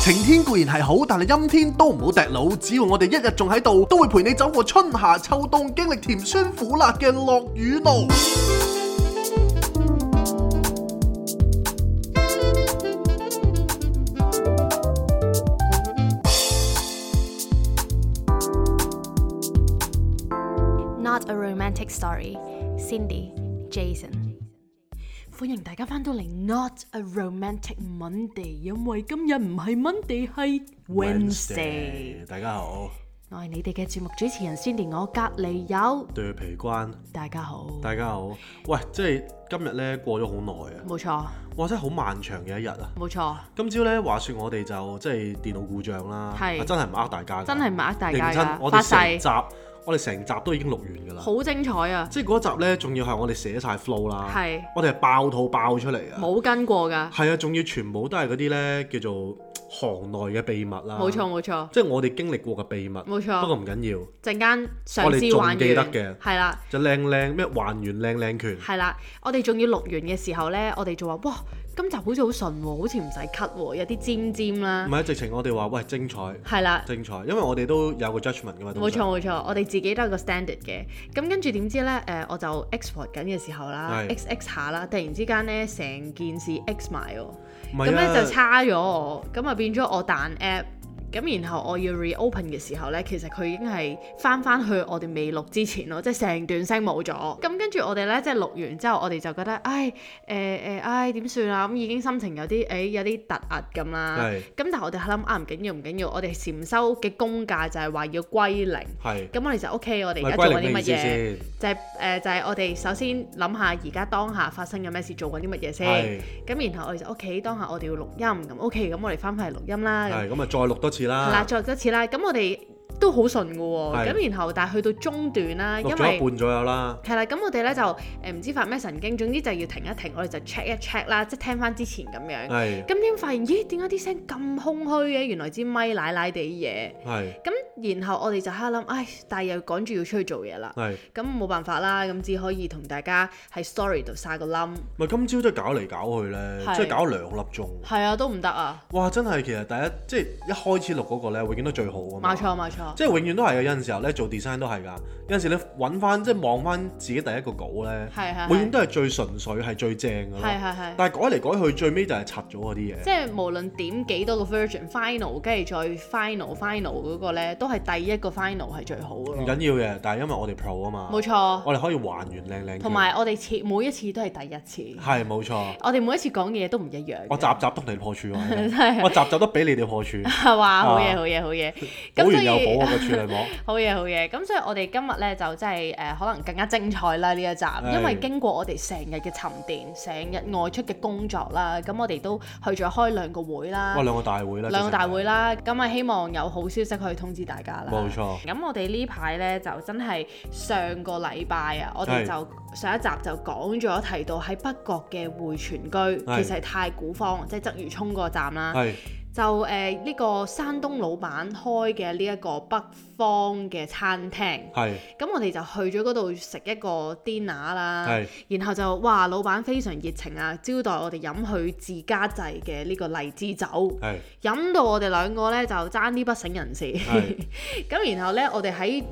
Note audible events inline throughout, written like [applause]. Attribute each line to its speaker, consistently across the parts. Speaker 1: 晴天固然係好，但係陰天都唔好趯佬。只要我哋一日仲喺度，都會陪你走過春夏秋冬，經歷甜酸苦辣嘅落雨路。
Speaker 2: Not a romantic story. Cindy, Jason。
Speaker 3: 歡迎大家翻到嚟 Not a Romantic Monday，因為今日唔係 Monday 係 Wednesday。
Speaker 4: 大家好，
Speaker 3: 我係你哋嘅節目主持人 Cindy，我隔離有
Speaker 4: 對皮關，
Speaker 3: 大家好，
Speaker 4: 大家好。喂，即係今日咧過咗好耐啊，
Speaker 3: 冇錯
Speaker 4: 哇，真係好漫長嘅一日啊！
Speaker 3: 冇錯，
Speaker 4: 今朝咧話說我哋就即係電腦故障啦，
Speaker 3: 係
Speaker 4: 啊真係唔呃大家㗎，
Speaker 3: 真係唔呃大家㗎
Speaker 4: 認真我
Speaker 3: 發
Speaker 4: 哋
Speaker 3: 誓
Speaker 4: 成集，我哋成集都已經錄完㗎啦。
Speaker 3: 好精彩啊！
Speaker 4: 即係嗰集咧，仲要係我哋寫晒 flow 啦，
Speaker 3: 係
Speaker 4: 我哋係爆肚爆出嚟啊！
Speaker 3: 冇跟過㗎，
Speaker 4: 係啊，仲要全部都係嗰啲咧叫做行內嘅秘密啦，
Speaker 3: 冇錯冇錯，
Speaker 4: 即係我哋經歷過嘅秘密，
Speaker 3: 冇錯
Speaker 4: 不過唔緊要，
Speaker 3: 陣間
Speaker 4: 我
Speaker 3: 嘗
Speaker 4: 哋
Speaker 3: 試
Speaker 4: 仲
Speaker 3: 還
Speaker 4: 記
Speaker 3: 原
Speaker 4: 得嘅
Speaker 3: 係啦。
Speaker 4: 就靚靚咩還原靚靚拳。
Speaker 3: 係啦，我哋仲要錄完嘅時候呢，我哋就話：哇，今集好似好順喎，好似唔使 cut 喎，有啲尖尖啦
Speaker 4: 唔。係，直情我哋話喂精彩，
Speaker 3: 係啦，
Speaker 4: 精彩，因為我哋都有個 judgment 噶嘛。通
Speaker 3: 冇錯
Speaker 4: 常，
Speaker 3: 冇錯，我哋自己都有個 standard 嘅。咁跟住點知呢？誒、我就 export 緊嘅時候啦
Speaker 4: 係
Speaker 3: ，X X 下啦，突然之間呢，成件事 X 埋喎，
Speaker 4: 唔
Speaker 3: 咁
Speaker 4: 係
Speaker 3: 呢
Speaker 4: 啊
Speaker 3: 就差咗我，咁啊變咗我彈 app。咁然後我要 reopen 嘅時候呢，其實佢已經係翻翻去我哋未錄之前咯，即係成段聲冇咗。咁跟住我哋呢，即係錄完之後，我哋就覺得，唉，誒、誒，唉點算啊？咁已經心情有啲，誒、有啲突兀咁啦。
Speaker 4: 係
Speaker 3: 咁但係我哋諗啊，唔緊要唔緊要，我哋禪修嘅工價就係話要歸零。
Speaker 4: 係
Speaker 3: 咁我哋就 OK，我哋而
Speaker 4: 咪
Speaker 3: 家做
Speaker 4: 歸
Speaker 3: 緊
Speaker 4: 零
Speaker 3: 啲
Speaker 4: 咩
Speaker 3: 乜
Speaker 4: 意思
Speaker 3: 嘢？
Speaker 4: 先？
Speaker 3: 就係、誒、就係、我哋首先諗下而家當下發生緊咩事，做緊啲乜嘢先
Speaker 4: 係。
Speaker 3: 咁然後我哋就 OK，當下我哋要錄音，咁 OK，咁我哋翻返嚟錄音啦。咁
Speaker 4: 係咁啊，再錄多次
Speaker 3: 係啦，
Speaker 4: 啦，
Speaker 3: 再錄一次啦。咁我哋都好順嘅喎。
Speaker 4: 係
Speaker 3: 咁然後但係去到中段啦，因
Speaker 4: 錄咗
Speaker 3: 為
Speaker 4: 一半左右啦。
Speaker 3: 係啦，咁我哋咧就誒唔知發咩神經，總之就要停一停，我哋就 check 一 check 啦，即係聽翻之前咁樣。
Speaker 4: 係
Speaker 3: 咁點發現？咦，點解啲聲咁空虛嘅？原來支咪奶奶地嘢。
Speaker 4: 係
Speaker 3: 咁然後我哋就喺度諗，唉，但係又趕住要出去做嘢啦。
Speaker 4: 係，
Speaker 3: 咁冇辦法啦，咁只可以同大家喺 story 度晒個冧。
Speaker 4: 咪今朝真係搞嚟搞去咧，
Speaker 3: 係
Speaker 4: 即係搞兩粒鐘。
Speaker 3: 係啊，都唔得啊，
Speaker 4: 哇！真係其實第一即係一開始錄嗰個咧，永遠都最好啊嘛
Speaker 3: 冇。錯冇錯，
Speaker 4: 即係永遠都係嘅，有陣時候咧做 design 都係㗎，有陣時你揾翻即係望翻自己第一個稿咧
Speaker 3: 係啊係，
Speaker 4: 永遠都係最純粹係最正㗎
Speaker 3: 係
Speaker 4: 咯。
Speaker 3: 係係。
Speaker 4: 但係改嚟改去最尾就係拆咗嗰啲嘢
Speaker 3: 即。係無論點幾多個 version final，跟住再 final final 嗰個咧，都係第一個 final 係最好嘅
Speaker 4: 唔緊
Speaker 3: 咯。
Speaker 4: 要嘅，但係因為我哋 pro 啊嘛，
Speaker 3: 冇錯，
Speaker 4: 我哋可以還原靚靚嘅，
Speaker 3: 同埋我哋次每一次都係第一次，
Speaker 4: 係冇錯，
Speaker 3: 我哋每一次講嘅嘢都唔一樣嘅。
Speaker 4: 我集集都同你破處啊
Speaker 3: [laughs]
Speaker 4: 喎，我集集都俾你哋破處，
Speaker 3: 係嘛？好嘢
Speaker 4: 啊
Speaker 3: 好嘢好嘢，咁
Speaker 4: 補
Speaker 3: 所
Speaker 4: 完又啊補
Speaker 3: 以
Speaker 4: 我個處女
Speaker 3: [laughs]
Speaker 4: 膜，
Speaker 3: 好嘢好嘢，咁所以我哋今日咧就真係誒、呃可能更加精彩啦呢一集，因為經過我哋成日嘅沉澱，成日外出嘅工作啦，咁我哋都去咗開兩個會啦
Speaker 4: 哇，兩個大會啦，
Speaker 3: 啊兩個大會
Speaker 4: 啦，
Speaker 3: 啦，咁啊希望有好消息可以通知大家啦。
Speaker 4: 冇錯
Speaker 3: 咁我哋呢排呢，就真係上個禮拜啊，我
Speaker 4: 係
Speaker 3: 哋就上一集就講咗提到喺北角嘅匯泉居，
Speaker 4: 係
Speaker 3: 其實係太古坊，即係鰂魚涌個站啦。
Speaker 4: 係
Speaker 3: 就呃誒呢、個山東老闆開嘅呢一個北方嘅餐廳，
Speaker 4: 係
Speaker 3: 咁我哋就去咗嗰度食一個 dinner 啦
Speaker 4: 係，
Speaker 3: 然後就哇老闆非常熱情啊，招待我哋飲佢自家製嘅呢個荔枝酒，
Speaker 4: 係
Speaker 3: 飲到我哋兩個呢就爭啲不省人事，
Speaker 4: 係
Speaker 3: [laughs] 咁然後呢，我哋喺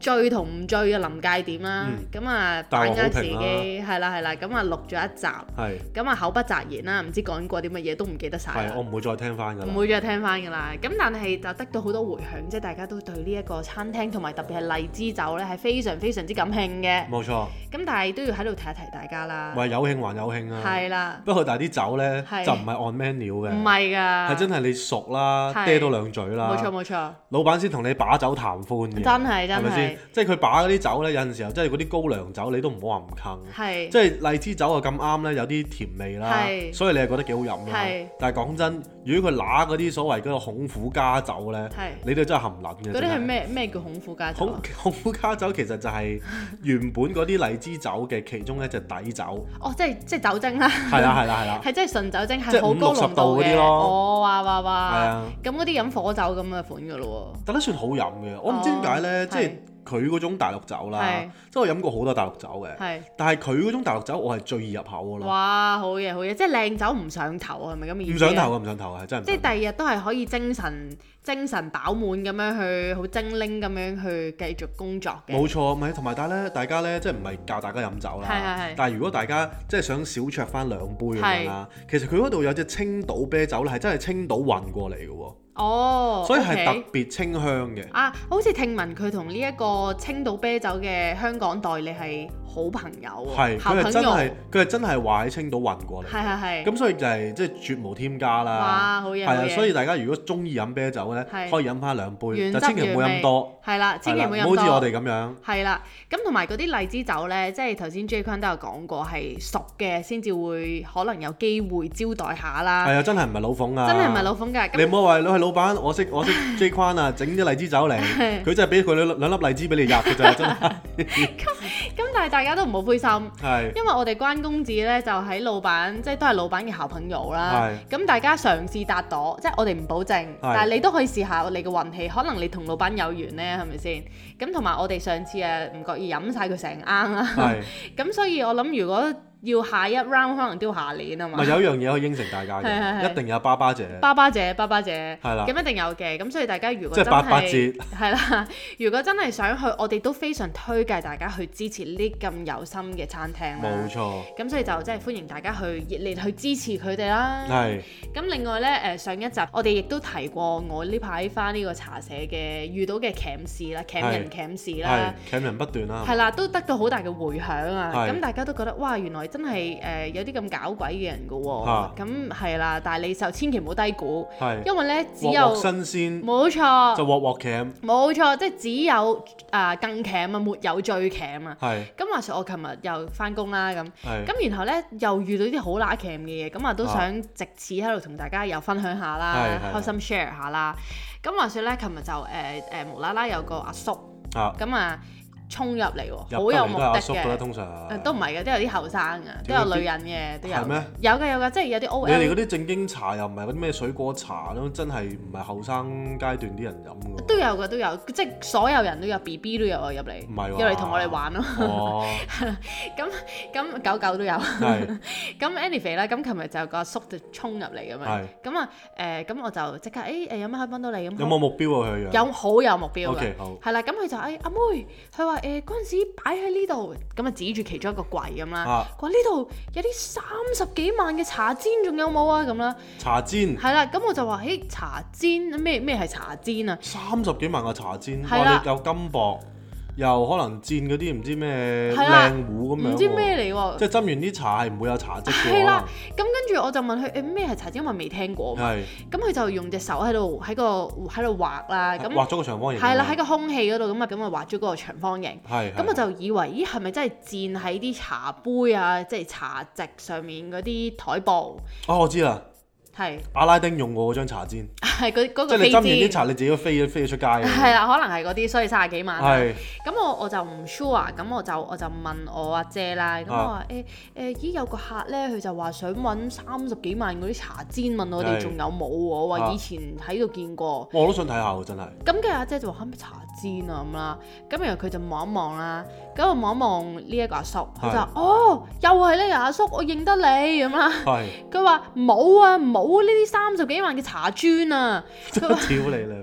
Speaker 3: 醉同唔醉嘅臨界點啦，咁啊把
Speaker 4: 但我
Speaker 3: 握
Speaker 4: 嗯好
Speaker 3: 自
Speaker 4: 評啦
Speaker 3: 己係啦係啦，咁啊錄咗一集， [laughs]
Speaker 4: 係
Speaker 3: 咁啊口不擇言啦，唔知講過啲乜嘢都唔記得晒啦
Speaker 4: 係，我唔會再聽翻㗎
Speaker 3: 唔
Speaker 4: 啦，
Speaker 3: 會再聽翻㗎啦。咁但係就得到好多回響，即係大家都對呢一個餐廳同埋特別係荔枝酒咧係非常非常之感興嘅。
Speaker 4: 冇錯，
Speaker 3: 咁但係都要喺度提一提大家啦，
Speaker 4: 咪有興還有興啊，
Speaker 3: 係啦，
Speaker 4: [laughs] 不過但係啲酒咧
Speaker 3: 係
Speaker 4: 就唔係按 menu
Speaker 3: 唔
Speaker 4: 嘅，
Speaker 3: 係㗎，
Speaker 4: 係真係你熟啦，
Speaker 3: 係
Speaker 4: 嗲多兩嘴啦，
Speaker 3: 冇錯冇錯，
Speaker 4: 老闆先同你把酒談歡嘅，
Speaker 3: 真係
Speaker 4: 係
Speaker 3: 真
Speaker 4: 咪
Speaker 3: 係
Speaker 4: 先？即係佢把嗰啲酒咧，有陣時候即係嗰啲高粱酒，你都唔好話唔
Speaker 3: 係
Speaker 4: 坑。即係荔枝酒啊，咁啱咧，有啲甜味啦
Speaker 3: 係，
Speaker 4: 所以你係覺得幾好飲
Speaker 3: 係
Speaker 4: 啦。但係講真，如果佢揦嗰啲所謂嗰個孔府家酒咧
Speaker 3: 係，
Speaker 4: 你都真係含撚嘅。
Speaker 3: 嗰啲係
Speaker 4: 真係？
Speaker 3: 咩啊咩叫孔虎家酒
Speaker 4: 孔
Speaker 3: 啊？
Speaker 4: 孔府家酒其實就係原本嗰啲荔枝酒嘅其中一隻底
Speaker 3: [laughs]
Speaker 4: 酒，
Speaker 3: 哦，即係即係酒
Speaker 4: [laughs]
Speaker 3: 精啦，
Speaker 4: 係啦係啦係啦，
Speaker 3: 係啊真係純酒精，
Speaker 4: 即係
Speaker 3: 係好高
Speaker 4: 五六十
Speaker 3: 濃度
Speaker 4: 度嗰
Speaker 3: 嘅。
Speaker 4: 啲咯
Speaker 3: 哦，哇哇
Speaker 4: 係
Speaker 3: 哇！
Speaker 4: 啊，
Speaker 3: 咁嗰啲飲火酒咁嘅款㗎咯
Speaker 4: 但都算好飲嘅。我唔知點解咧，
Speaker 3: 哦
Speaker 4: 即係佢嗰種大陸酒啦
Speaker 3: 係，
Speaker 4: 即係我飲過好多大陸酒嘅，
Speaker 3: 係。
Speaker 4: 但係啊佢嗰種大陸酒我係最易入口嘅咯，
Speaker 3: 哇，好嘢好嘢，即係靚酒唔上頭係咪咁嘅意
Speaker 4: 唔
Speaker 3: 思啊
Speaker 4: 上頭啊，唔上頭啊，係真係唔
Speaker 3: 即
Speaker 4: 上頭。
Speaker 3: 係第二日都係可以精神精神飽滿咁樣去，好精靈咁樣去繼續工作嘅。
Speaker 4: 冇錯，咪同埋但係咧，大家咧即係唔係教大家飲酒
Speaker 3: 係
Speaker 4: 啦
Speaker 3: 係係，
Speaker 4: 但係如果大家即係想小酌翻兩杯咁樣啦，其實佢嗰度有隻青島啤酒咧，係真係青島運過嚟嘅喎，
Speaker 3: 哦，
Speaker 4: 所以係
Speaker 3: OK
Speaker 4: 特別清香嘅。
Speaker 3: 啊，好似聽聞佢同呢一個青島啤酒嘅香港代理係好朋友
Speaker 4: 係
Speaker 3: 喎，好
Speaker 4: 佢係
Speaker 3: 朋
Speaker 4: 真
Speaker 3: 友，
Speaker 4: 係佢係真係話喺青島運過嚟。
Speaker 3: 係係係，
Speaker 4: 咁所以就係即係絕無添加啦，
Speaker 3: 哇好嘢
Speaker 4: 係
Speaker 3: 好
Speaker 4: 啊！
Speaker 3: 嘢
Speaker 4: 所以大家如果中意飲啤酒咧，
Speaker 3: 係
Speaker 4: 可以飲翻兩杯，
Speaker 3: 原
Speaker 4: 就
Speaker 3: 汁
Speaker 4: 千祈唔好飲
Speaker 3: 原味
Speaker 4: 多，
Speaker 3: 係啦，千祈唔好
Speaker 4: 係啦
Speaker 3: 飲多。
Speaker 4: 好似我哋咁樣。
Speaker 3: 係啦，咁同埋嗰啲荔枝酒呢，即係頭先 J 君都有講過，係熟嘅先至會可能有機會招待下啦。
Speaker 4: 係啊，真係唔係老馮啊！
Speaker 3: 真係唔係老馮㗎，
Speaker 4: 你
Speaker 3: 咁
Speaker 4: 唔好話你係老闆，我識我
Speaker 3: [laughs]
Speaker 4: 識 J 框啊，整啲荔枝酒嚟，佢真係俾佢兩兩粒荔枝俾你入嘅咋，
Speaker 3: [laughs]
Speaker 4: 真係
Speaker 3: 咁但係大家都唔好灰心，
Speaker 4: 係
Speaker 3: 因為我哋關公子呢，就喺老闆，即係都係老闆嘅好朋友啦。咁大家嘗試搭朵，即係我哋唔保證，但係你都可以試下你嘅運氣，可能你同老闆有緣呢，係咪先？咁同埋我哋上次誒唔覺意飲晒佢成罌啦，
Speaker 4: 係。
Speaker 3: 咁所以我諗如果要下一 round 可能都要下年啊嘛
Speaker 4: 咪。有一樣嘢可以應承大家
Speaker 3: 係係
Speaker 4: 嘅，
Speaker 3: 係
Speaker 4: 一定有爸爸姐，
Speaker 3: 巴巴姐，巴巴姐，
Speaker 4: 係啦
Speaker 3: 咁一定有嘅。咁所以大家如果
Speaker 4: 即係
Speaker 3: 真
Speaker 4: 八八折
Speaker 3: 係係啦，如果真係想去，我哋都非常推介大家去支持呢咁有心嘅餐廳啦。
Speaker 4: 冇錯，
Speaker 3: 咁所以就真係歡迎大家去熱烈去支持佢哋啦。
Speaker 4: 係
Speaker 3: 咁另外呢，誒、上一集我哋亦都提過我呢排翻呢個茶社嘅遇到嘅 cam 事啦，cam 人 cam 事啦
Speaker 4: 係。鉗人不斷啊啦，
Speaker 3: 係啦，都得到好大嘅迴響啊！
Speaker 4: 係
Speaker 3: 咁大家都覺得哇，原來真係誒、呃有啲咁搞鬼嘅人噶喎、
Speaker 4: 啊
Speaker 3: 咁係啦，但係你就千祈唔好低估，
Speaker 4: 係
Speaker 3: 因為咧只有
Speaker 4: 鑊鑊新鮮
Speaker 3: 冇
Speaker 4: 就
Speaker 3: 錯
Speaker 4: 鑊鑊鉗，
Speaker 3: 冇錯，即係只有啊、更鉗啊，沒有最鉗啊。
Speaker 4: 係
Speaker 3: 咁話說我琴日又翻工啦咁，
Speaker 4: 係
Speaker 3: 咁然後咧又遇到啲好乸鉗嘅嘢，咁啊都
Speaker 4: 啊
Speaker 3: 想藉此喺度同大家又分享下啦，
Speaker 4: 係係
Speaker 3: 開心 share 下啦。咁話說咧，琴日就誒誒、呃無啦啦有個阿叔
Speaker 4: 啊，
Speaker 3: 咁啊衝入嚟喎，
Speaker 4: 入得
Speaker 3: 好有
Speaker 4: 嚟
Speaker 3: 目
Speaker 4: 都係阿
Speaker 3: 的
Speaker 4: 叔㗎啦，
Speaker 3: 嘅。
Speaker 4: 通
Speaker 3: 誒
Speaker 4: 常
Speaker 3: 都唔係嘅，都有啲後生嘅，都
Speaker 4: 點解
Speaker 3: 有
Speaker 4: 啲
Speaker 3: 女人嘅，都有。
Speaker 4: 係咩
Speaker 3: 有嘅有嘅，即係有啲 O
Speaker 4: 你
Speaker 3: L。
Speaker 4: 哋嗰啲正經茶又唔係嗰啲咩水果茶咯，真係唔係後生階段啲人飲㗎喎。
Speaker 3: 都有嘅，都有，即係所有人都有 B B 都有啊入嚟，
Speaker 4: 唔係喎
Speaker 3: 入嚟同我哋玩咯。 [laughs]
Speaker 4: 哦，
Speaker 3: 咁狗狗都有， [laughs]
Speaker 4: 係
Speaker 3: 咁 anyway 啦，咁琴日就有個阿叔就衝入嚟咁樣
Speaker 4: 係，
Speaker 3: 咁啊誒，咁我就即刻誒誒有乜可以幫到你咁。
Speaker 4: 有冇目標啊？佢樣
Speaker 3: 有好有目標
Speaker 4: OK，
Speaker 3: 嘅
Speaker 4: 好，
Speaker 3: 係啦，咁佢就誒哎阿妹，佢話誒嗰陣時擺喺呢度，咁啊指住其中一個櫃咁啦
Speaker 4: 啊，
Speaker 3: 佢話呢度有啲三十幾萬嘅茶氈，仲有冇啊咁啦，
Speaker 4: 茶氈
Speaker 3: 係啦，咁我就話誒茶氈咩咩係茶氈啊？
Speaker 4: 三十幾萬個茶氈，
Speaker 3: 係啦
Speaker 4: 哇！你有金箔，又可能氈嗰啲唔知咩
Speaker 3: 係啦
Speaker 4: 靚糊咁樣喎，
Speaker 3: 唔知咩嚟喎
Speaker 4: 即係斟完啲茶係唔會有茶漬嘅，
Speaker 3: 係啦
Speaker 4: 可，
Speaker 3: 咁跟住我就問佢誒咩係茶氈，因為未聽過嘛。
Speaker 4: 能係
Speaker 3: 咁佢就用隻手喺度喺個喺度畫啦，咁
Speaker 4: 畫咗個長方形，啊
Speaker 3: 係啦喺個空氣嗰度咁啊，咁啊畫咗個長方形。
Speaker 4: 係
Speaker 3: 咁
Speaker 4: 係
Speaker 3: 我就以為，咦係咪真係攢喺啲茶杯啊，即係茶席上面嗰啲台布，
Speaker 4: 哦，我知啦，
Speaker 3: 係
Speaker 4: 阿拉丁用過嗰張茶氈，即
Speaker 3: 係嗰嗰
Speaker 4: 係
Speaker 3: 個
Speaker 4: 你
Speaker 3: 飛
Speaker 4: 斟完啲
Speaker 3: 氈。
Speaker 4: 茶，你自己飛咗飛咗出街嘅，
Speaker 3: 係啊啦，可能係嗰啲，所以三十幾萬啦。
Speaker 4: 係
Speaker 3: 咁我我就唔 sure，咁我就我就問我阿姐啦，
Speaker 4: 啊
Speaker 3: 咁我話誒誒，咦有個客咧，佢就話想揾三十幾萬嗰啲茶氈，問我哋
Speaker 4: 係
Speaker 3: 仲有冇喎？我話
Speaker 4: 啊
Speaker 3: 以前喺度見過。
Speaker 4: 哇我都想睇下喎，
Speaker 3: [laughs]
Speaker 4: 真係
Speaker 3: 咁跟住阿姐就話嚇咩茶氈啊咁啦，咁然後佢就望一望啦，咁我望一望呢一個阿叔，佢就話哦，又係呢個阿叔，我認得你咁啦。
Speaker 4: 係
Speaker 3: 佢話冇啊，冇呢啲三十幾萬嘅茶磚啊，佢話
Speaker 4: 屌你啦！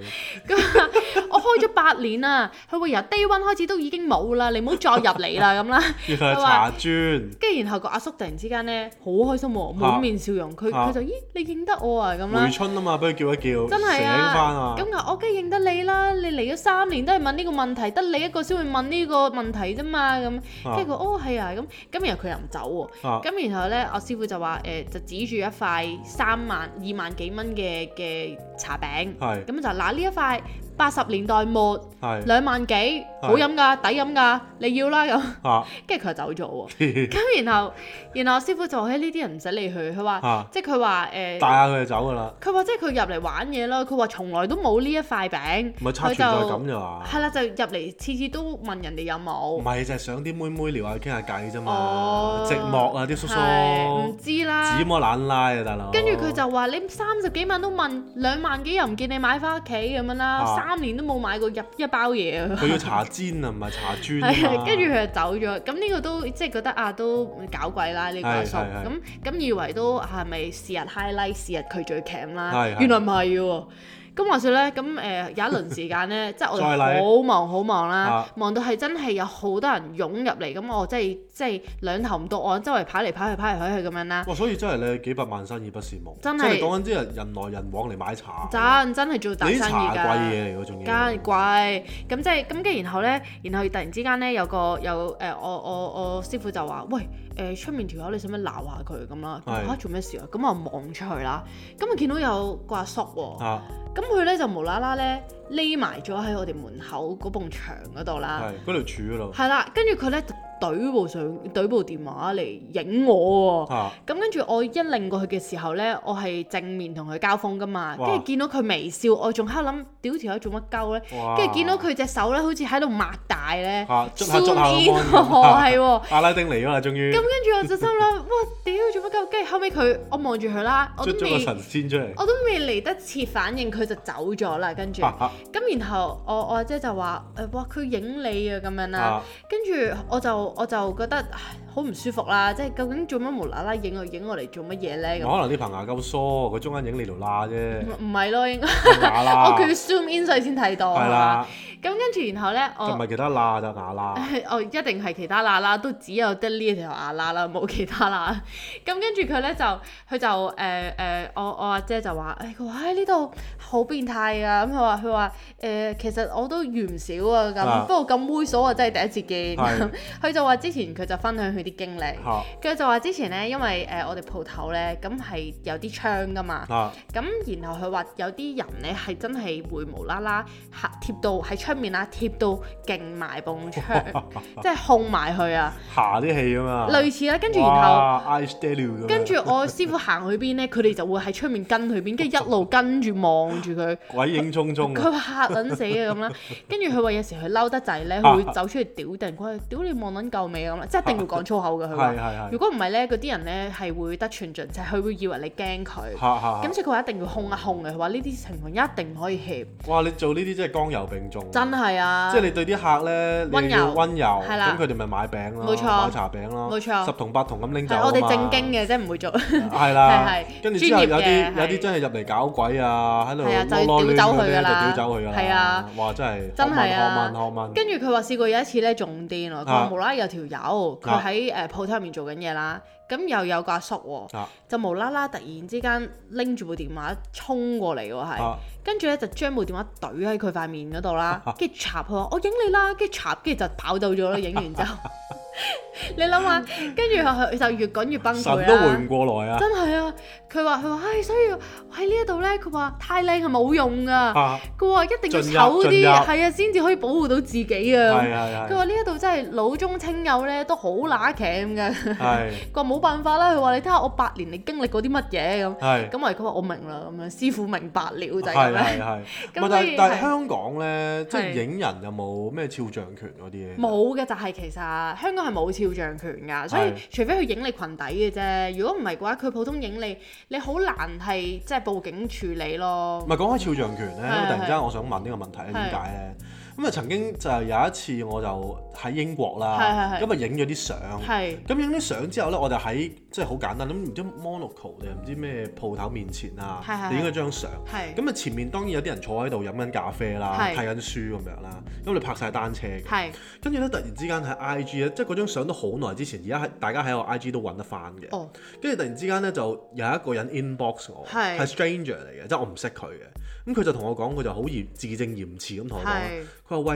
Speaker 3: 佢話
Speaker 4: [laughs]
Speaker 3: 我開咗八年啦，佢話由 day one 開始都已經冇啦，你唔好再入嚟啦咁啦。啊
Speaker 4: 原來係茶磚，
Speaker 3: 跟住然後個阿叔突然之間咧好開心喎，滿面笑容，佢
Speaker 4: 啊
Speaker 3: 佢就咦你認得我啊咁啦
Speaker 4: 回。春啊嘛，俾佢叫一叫，
Speaker 3: 真係
Speaker 4: 醒翻啊！！
Speaker 3: 啊咁啊，我梗係認得你啦，你嚟咗三年都係問呢個問題，得你一個先會問呢個問題啫嘛咁。
Speaker 4: 啊
Speaker 3: 跟住佢哦係啊咁，咁然後佢又唔走喎。
Speaker 4: 啊
Speaker 3: 咁然後咧，我師傅就話誒、就指住一塊三萬二萬幾蚊嘅嘅茶餅，
Speaker 4: 係
Speaker 3: 咁就嗱呢一塊八十年代末
Speaker 4: 係
Speaker 3: 兩萬幾，好飲㗎，抵飲㗎，你要啦咁。
Speaker 4: 啊 [laughs]
Speaker 3: 跟住佢就走咗喎。 [laughs] 咁然後然後我師傅就話嘿呢啲人唔使理佢，佢話
Speaker 4: 啊
Speaker 3: 即係佢話誒。
Speaker 4: 帶下佢就走噶啦，
Speaker 3: 佢話即係佢入嚟玩嘢啦，佢話從來都冇呢一塊餅，
Speaker 4: 唔係拆
Speaker 3: 佢
Speaker 4: 住就係咁咋嘛？
Speaker 3: 係啦，就入嚟次次都問人哋有
Speaker 4: 唔
Speaker 3: 冇，
Speaker 4: 係就係想啲妹妹聊下傾下偈啫嘛
Speaker 3: 哦，
Speaker 4: 嗯寂寞啊啲叔叔，
Speaker 3: 係唔知啊啦
Speaker 4: 指。摸懶拉啊大佬。
Speaker 3: 跟住佢就話：你三十幾萬都問，兩萬幾又唔見你買翻屋企咁樣啦，
Speaker 4: 啊
Speaker 3: 三年都冇買過入一包嘢啊！
Speaker 4: 佢要茶煎啊，唔係茶磚
Speaker 3: 係
Speaker 4: 啊
Speaker 3: 啊
Speaker 4: 嘛。
Speaker 3: 跟住佢就走咗。咁呢個都即係覺得啊，都搞鬼啦呢個阿
Speaker 4: 係
Speaker 3: 叔。
Speaker 4: 係係
Speaker 3: 咁咁以為都啊係咪是日 highlight，是日佢最 cam 啦
Speaker 4: 係係？
Speaker 3: 原來唔係喎。咁話說咧，咁誒、呃有一輪時
Speaker 4: [laughs]
Speaker 3: 間咧，即係我
Speaker 4: 再嚟
Speaker 3: 哋好忙好忙啦
Speaker 4: 啊，
Speaker 3: 忙到係真係有好多人湧入嚟，咁我即係即係兩頭唔到岸，周圍跑嚟跑去跑嚟跑去咁樣啦。
Speaker 4: 哇！所以真係你幾百萬生意不是夢，
Speaker 3: 真
Speaker 4: 即係
Speaker 3: 係
Speaker 4: 你講緊啲人人來人往嚟買茶，
Speaker 3: 真真係做大
Speaker 4: 你
Speaker 3: 生意
Speaker 4: 啲茶貴
Speaker 3: 㗎。
Speaker 4: 嘢嚟喎，仲
Speaker 3: 梗
Speaker 4: 要
Speaker 3: 係。貴，咁即係咁跟然後咧，然後突然之間咧有個有誒、呃我我我師傅就話：喂誒出、面條友你使唔使鬧下佢咁啦？
Speaker 4: 係
Speaker 3: 嚇做咩事啊？咁我望出去啦，咁啊我見到有個阿叔喎，
Speaker 4: 啊，
Speaker 3: 咁佢咧就無啦啦咧匿埋咗喺我哋門口嗰埲牆嗰度啦，
Speaker 4: 係嗰條柱嗰
Speaker 3: [laughs]
Speaker 4: 度
Speaker 3: 係啦，跟住佢咧就懟部相懟部電話嚟影我喎。
Speaker 4: 啊，
Speaker 3: 咁跟住我一擰過去嘅時候呢，我係正面同佢交鋒噶嘛，
Speaker 4: 哇
Speaker 3: 跟住見到佢微笑，我仲喺度諗，屌條友做乜鳩呢？
Speaker 4: 哇
Speaker 3: 跟住見到佢隻手呢，好似喺度擘大呢
Speaker 4: 嚇，捽下捽下
Speaker 3: zoom
Speaker 4: 咁
Speaker 3: in
Speaker 4: 樣
Speaker 3: [laughs] 哦喎係喎。
Speaker 4: 阿拉丁嚟咗啦，終於
Speaker 3: 咁跟住我就
Speaker 4: [laughs]
Speaker 3: 心諗，哇屌做乜鳩？跟住後尾佢，我望住佢啦，我
Speaker 4: 出
Speaker 3: 都
Speaker 4: 咗個
Speaker 3: 未，
Speaker 4: 神仙出嚟。
Speaker 3: 我都未嚟得切反應，佢就走咗啦。跟住
Speaker 4: 啊啊
Speaker 3: 咁，然後我我阿姐就話：誒、哇佢影你啊咁樣啦
Speaker 4: 啊。
Speaker 3: 跟住我就我就覺得唉好唔舒服啦，即係究竟做乜無啦啦影我影我嚟做乜嘢咧？咁
Speaker 4: 可能呢棚牙夠疏，佢中間影你條罅
Speaker 3: [laughs]
Speaker 4: 啫，
Speaker 3: 唔係咯，應該
Speaker 4: 牙罅
Speaker 3: 我佢要啊 zoom in 所以先睇到
Speaker 4: 係啦，
Speaker 3: 係嘛咁跟住然後咧，
Speaker 4: 就唔係
Speaker 3: 我
Speaker 4: 其他罅就牙罅。
Speaker 3: 哦我一定係其他啦啦，都只有得呢一條牙啦啦，冇其他啦。 [laughs] 咁跟住佢咧就佢就誒誒、呃我我阿姐就話：，誒佢話唉呢度好變態啊！咁佢話佢話誒其實我都遇唔少啊
Speaker 4: 啊
Speaker 3: 咁，不過咁猥瑣我真係第一次見。
Speaker 4: 係
Speaker 3: 咁佢就話之前佢就分享佢啲經歷，
Speaker 4: 嚇
Speaker 3: 佢就話之前咧因為誒、呃我哋鋪頭咧咁係有啲窗噶嘛。
Speaker 4: 嚇
Speaker 3: 咁然後佢話有啲人咧係真係會無啦啦嚇貼到喺出面啦，貼到勁埋埲
Speaker 4: [laughs]
Speaker 3: 牆，即係控埋佢啊，
Speaker 4: 下啲氣啊嘛。
Speaker 3: 類似啦。跟住然後。
Speaker 4: 哇，I stay 了
Speaker 3: 跟住我師傅行去邊咧，佢哋就會喺出面跟佢邊，跟住一
Speaker 4: [laughs]
Speaker 3: 路跟住望住佢，
Speaker 4: 鬼影匆匆啊
Speaker 3: 佢話嚇撚死啊咁啦。跟住佢話有時佢嬲
Speaker 4: [laughs]
Speaker 3: 得滯咧，佢會走出去屌定，佢話屌你望撚夠未啊咁啦，即係一定要講粗口嘅。
Speaker 4: [laughs]
Speaker 3: 佢
Speaker 4: 係係係
Speaker 3: 話如果唔係咧，嗰啲人咧係會得寸進尺，佢會以為你驚佢。
Speaker 4: 嚇嚇
Speaker 3: 咁所以佢話一定要控一控嘅，佢話呢啲情況一定唔可以協，
Speaker 4: 哇！你做呢啲真係剛柔並重，
Speaker 3: 真係啊！
Speaker 4: 即係你對啲客咧，
Speaker 3: Ờ. 溫
Speaker 4: 你要
Speaker 3: 柔
Speaker 4: 温柔，
Speaker 3: 係啦
Speaker 4: 咁佢哋咪買餅咯，
Speaker 3: 冇錯
Speaker 4: 買茶餅咯，
Speaker 3: 冇錯
Speaker 4: 十同八同咁拎走
Speaker 3: 係
Speaker 4: 啊
Speaker 3: 我哋
Speaker 4: 嘛
Speaker 3: 正經，嘅，即係唔會做。
Speaker 4: [laughs] 係啦
Speaker 3: 係，係
Speaker 4: 跟住之後有
Speaker 3: 專業
Speaker 4: 啲
Speaker 3: 嘅
Speaker 4: 有啲真係入嚟搞鬼啊，喺度
Speaker 3: 係啊就要
Speaker 4: 囉囉攣
Speaker 3: 屌走佢
Speaker 4: 嗰啲
Speaker 3: 㗎啦
Speaker 4: 就屌走佢㗎啦，
Speaker 3: 係啊，
Speaker 4: 哇！真係
Speaker 3: 真係啊
Speaker 4: 學問學問學問，
Speaker 3: 跟住佢話試過有一次咧，仲癲喎，佢
Speaker 4: 啊
Speaker 3: 話無啦啦有條友，佢
Speaker 4: 啊
Speaker 3: 喺誒鋪頭入面做緊嘢啦，咁又有個阿叔喎，
Speaker 4: 啊
Speaker 3: 就無啦啦突然之間拎住部電話衝過嚟喎，係
Speaker 4: 啊，
Speaker 3: 跟住咧就將部電話懟喺佢塊面嗰度
Speaker 4: [laughs]
Speaker 3: 啦，跟住插佢話我影你啦，跟住插，跟住就跑走咗啦，影完之
Speaker 4: [laughs]
Speaker 3: 後，你諗下，跟住佢佢就越講越崩潰啦。
Speaker 4: 神都回唔過來啊！
Speaker 3: [laughs] 真係啊！佢話佢話，唉，所以喺呢一度咧，佢話太靚係冇用噶。
Speaker 4: 啊，
Speaker 3: 佢話一定要
Speaker 4: 進入
Speaker 3: 醜
Speaker 4: 進
Speaker 3: 啲，
Speaker 4: 入
Speaker 3: 係啊，先至可以保護到自己啊。
Speaker 4: 係係係
Speaker 3: 佢話呢一度真係老中青友咧都好乸鉗㗎。
Speaker 4: 係
Speaker 3: [laughs] 佢話冇辦法啦。佢話你睇下我八年嚟經歷過啲乜嘢咁。
Speaker 4: 係
Speaker 3: 咁我哋佢話我明啦，咁樣師傅明白了就係
Speaker 4: 係
Speaker 3: 咁
Speaker 4: 係
Speaker 3: 樣。
Speaker 4: 係，唔係
Speaker 3: 咁
Speaker 4: 但
Speaker 3: 所
Speaker 4: 係
Speaker 3: 以
Speaker 4: 但係
Speaker 3: 係
Speaker 4: 香港咧，即係
Speaker 3: 係
Speaker 4: 影人有冇咩肖像權嗰啲嘢？
Speaker 3: 冇嘅就係其實香港係冇肖像權㗎，所以
Speaker 4: 係
Speaker 3: 除非佢影你裙底嘅啫。如果唔係嘅話，佢普通影你，你好難係即係報警處理咯
Speaker 4: 唔。係講開肖像權咧，
Speaker 3: 係
Speaker 4: 突然之間我想問呢個問題咧，點解咧？咁啊曾經就係有一次我就喺英國啦，
Speaker 3: 係係係
Speaker 4: 咁啊影咗啲相，
Speaker 3: 係。
Speaker 4: 咁影咗相之後咧，我就喺即係好簡單咁，唔知 Monaco 定唔知咩鋪頭面前啊
Speaker 3: 係係，係
Speaker 4: 你影咗張相。
Speaker 3: 係
Speaker 4: 咁啊前面當然有啲人坐喺度飲緊咖啡啦，
Speaker 3: 係
Speaker 4: 睇緊書咁樣啦，咁你拍晒單車嘅。
Speaker 3: 係
Speaker 4: 跟住咧突然之間喺 IG 咧，即係嗰張相都好耐之前，而家喺大家喺我 IG 都揾得翻嘅。
Speaker 3: 哦，
Speaker 4: 跟住突然之間咧，就有一個人 inbox 我，
Speaker 3: 係
Speaker 4: 係 stranger 嚟嘅，即係我唔識佢嘅。咁佢就同我講，佢就好嚴字正嚴詞咁同我講啦，
Speaker 3: 係
Speaker 4: 佢話：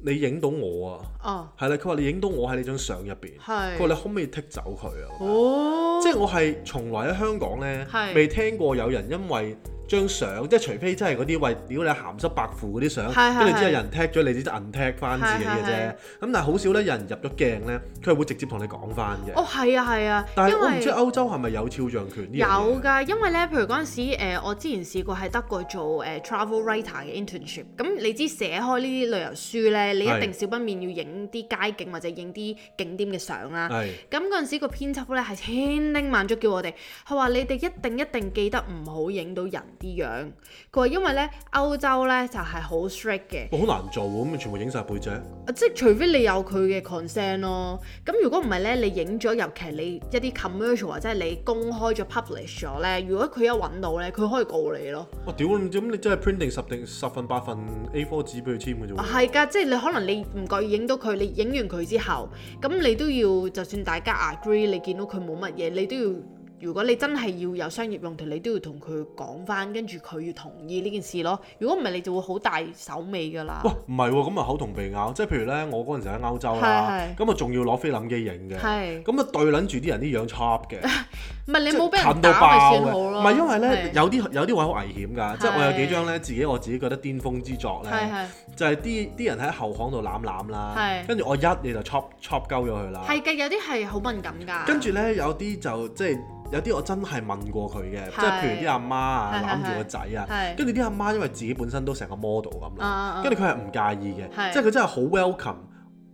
Speaker 4: 喂，你影到我啊！
Speaker 3: 哦，
Speaker 4: 係啦，佢話你影到我喺你張相入邊，
Speaker 3: 係
Speaker 4: 佢話你可唔可以剔走佢啊？
Speaker 3: 哦，
Speaker 4: 即係我係從來喺香港咧，
Speaker 3: 係
Speaker 4: 未聽過有人因為張相，即係除非真係嗰啲喂屌你鹹濕白褲嗰啲
Speaker 3: 係係
Speaker 4: 相，跟住之後有人 tag 咗你，只就 untag 翻自己嘅
Speaker 3: 係係
Speaker 4: 啫。咁但係好少咧，有人入咗鏡咧，佢係會直接同你講翻嘅。
Speaker 3: 哦係啊係啊，
Speaker 4: 但係
Speaker 3: 因
Speaker 4: 我唔知
Speaker 3: 為
Speaker 4: 歐洲係咪有肖像權呢樣
Speaker 3: 有
Speaker 4: 嘢
Speaker 3: 㗎，因為咧，譬如嗰陣時誒我之前試過喺德國做誒 travel writer 嘅 internship，咁你知寫開呢啲旅遊書咧，你
Speaker 4: 係
Speaker 3: 一定少不免要影啲街景或者影啲景點嘅相啦。
Speaker 4: 係
Speaker 3: 咁嗰陣時個編輯咧係千叮萬囑叫我哋，佢話你哋一定一定記得唔好影到人啲樣。佢話因為咧歐洲咧就係好 strict 嘅。
Speaker 4: 哇好難做喎，咁咪全部影晒背脊。
Speaker 3: 即係除非你有佢嘅 consent 咯，咁如果唔係咧，你影咗尤其你一啲 commercial 或者係你公開咗 publish 咗咧，如果佢一揾到咧，佢可以告你咯。
Speaker 4: 我屌咁咁，你真係 print 定十定十份八份 A4 紙俾佢簽嘅啫喎。
Speaker 3: 啊係㗎，即係你可能你唔覺意影到佢，你影完佢之後，咁你都要就算大家 agree，你見到佢冇乜嘢，你都要。如果你真係要有商業用途，你都要同佢講翻，跟住佢要同意呢件事咯。如果唔係，你就會好大手尾㗎啦。
Speaker 4: 哇，唔係喎，咁啊口同鼻拗，即係譬如咧，我嗰陣時喺歐洲啦
Speaker 3: 係係，
Speaker 4: 咁啊仲要攞菲林機影嘅，
Speaker 3: 係
Speaker 4: 咁啊對撚住啲人啲樣插嘅，
Speaker 3: 唔係你
Speaker 4: 即係
Speaker 3: 冇俾人
Speaker 4: 近到
Speaker 3: 打咪
Speaker 4: 爆
Speaker 3: 算
Speaker 4: 嘅，
Speaker 3: 好咯。
Speaker 4: 唔係因為咧
Speaker 3: 係
Speaker 4: 有啲有啲位好危險㗎，即係我有幾
Speaker 3: 係
Speaker 4: 張咧自己我自己覺得巔峰之作
Speaker 3: 係
Speaker 4: 咧
Speaker 3: 係，
Speaker 4: 就係啲啲人喺後巷度攬攬啦，
Speaker 3: 係
Speaker 4: 跟住我一嘢就 chop chop 鳩咗佢啦。
Speaker 3: 係嘅，有啲係好敏感㗎。
Speaker 4: 跟住咧，有啲就即係有啲我真係問過佢嘅，即係譬如啲阿媽啊
Speaker 3: 係係
Speaker 4: 攬住個仔啊，
Speaker 3: 係
Speaker 4: 跟住啲阿媽因為自己本身都成個 model 咁
Speaker 3: 啊
Speaker 4: 啦
Speaker 3: 啊啊，
Speaker 4: 跟住佢係唔介意嘅，
Speaker 3: 係
Speaker 4: 即係佢真係好 welcome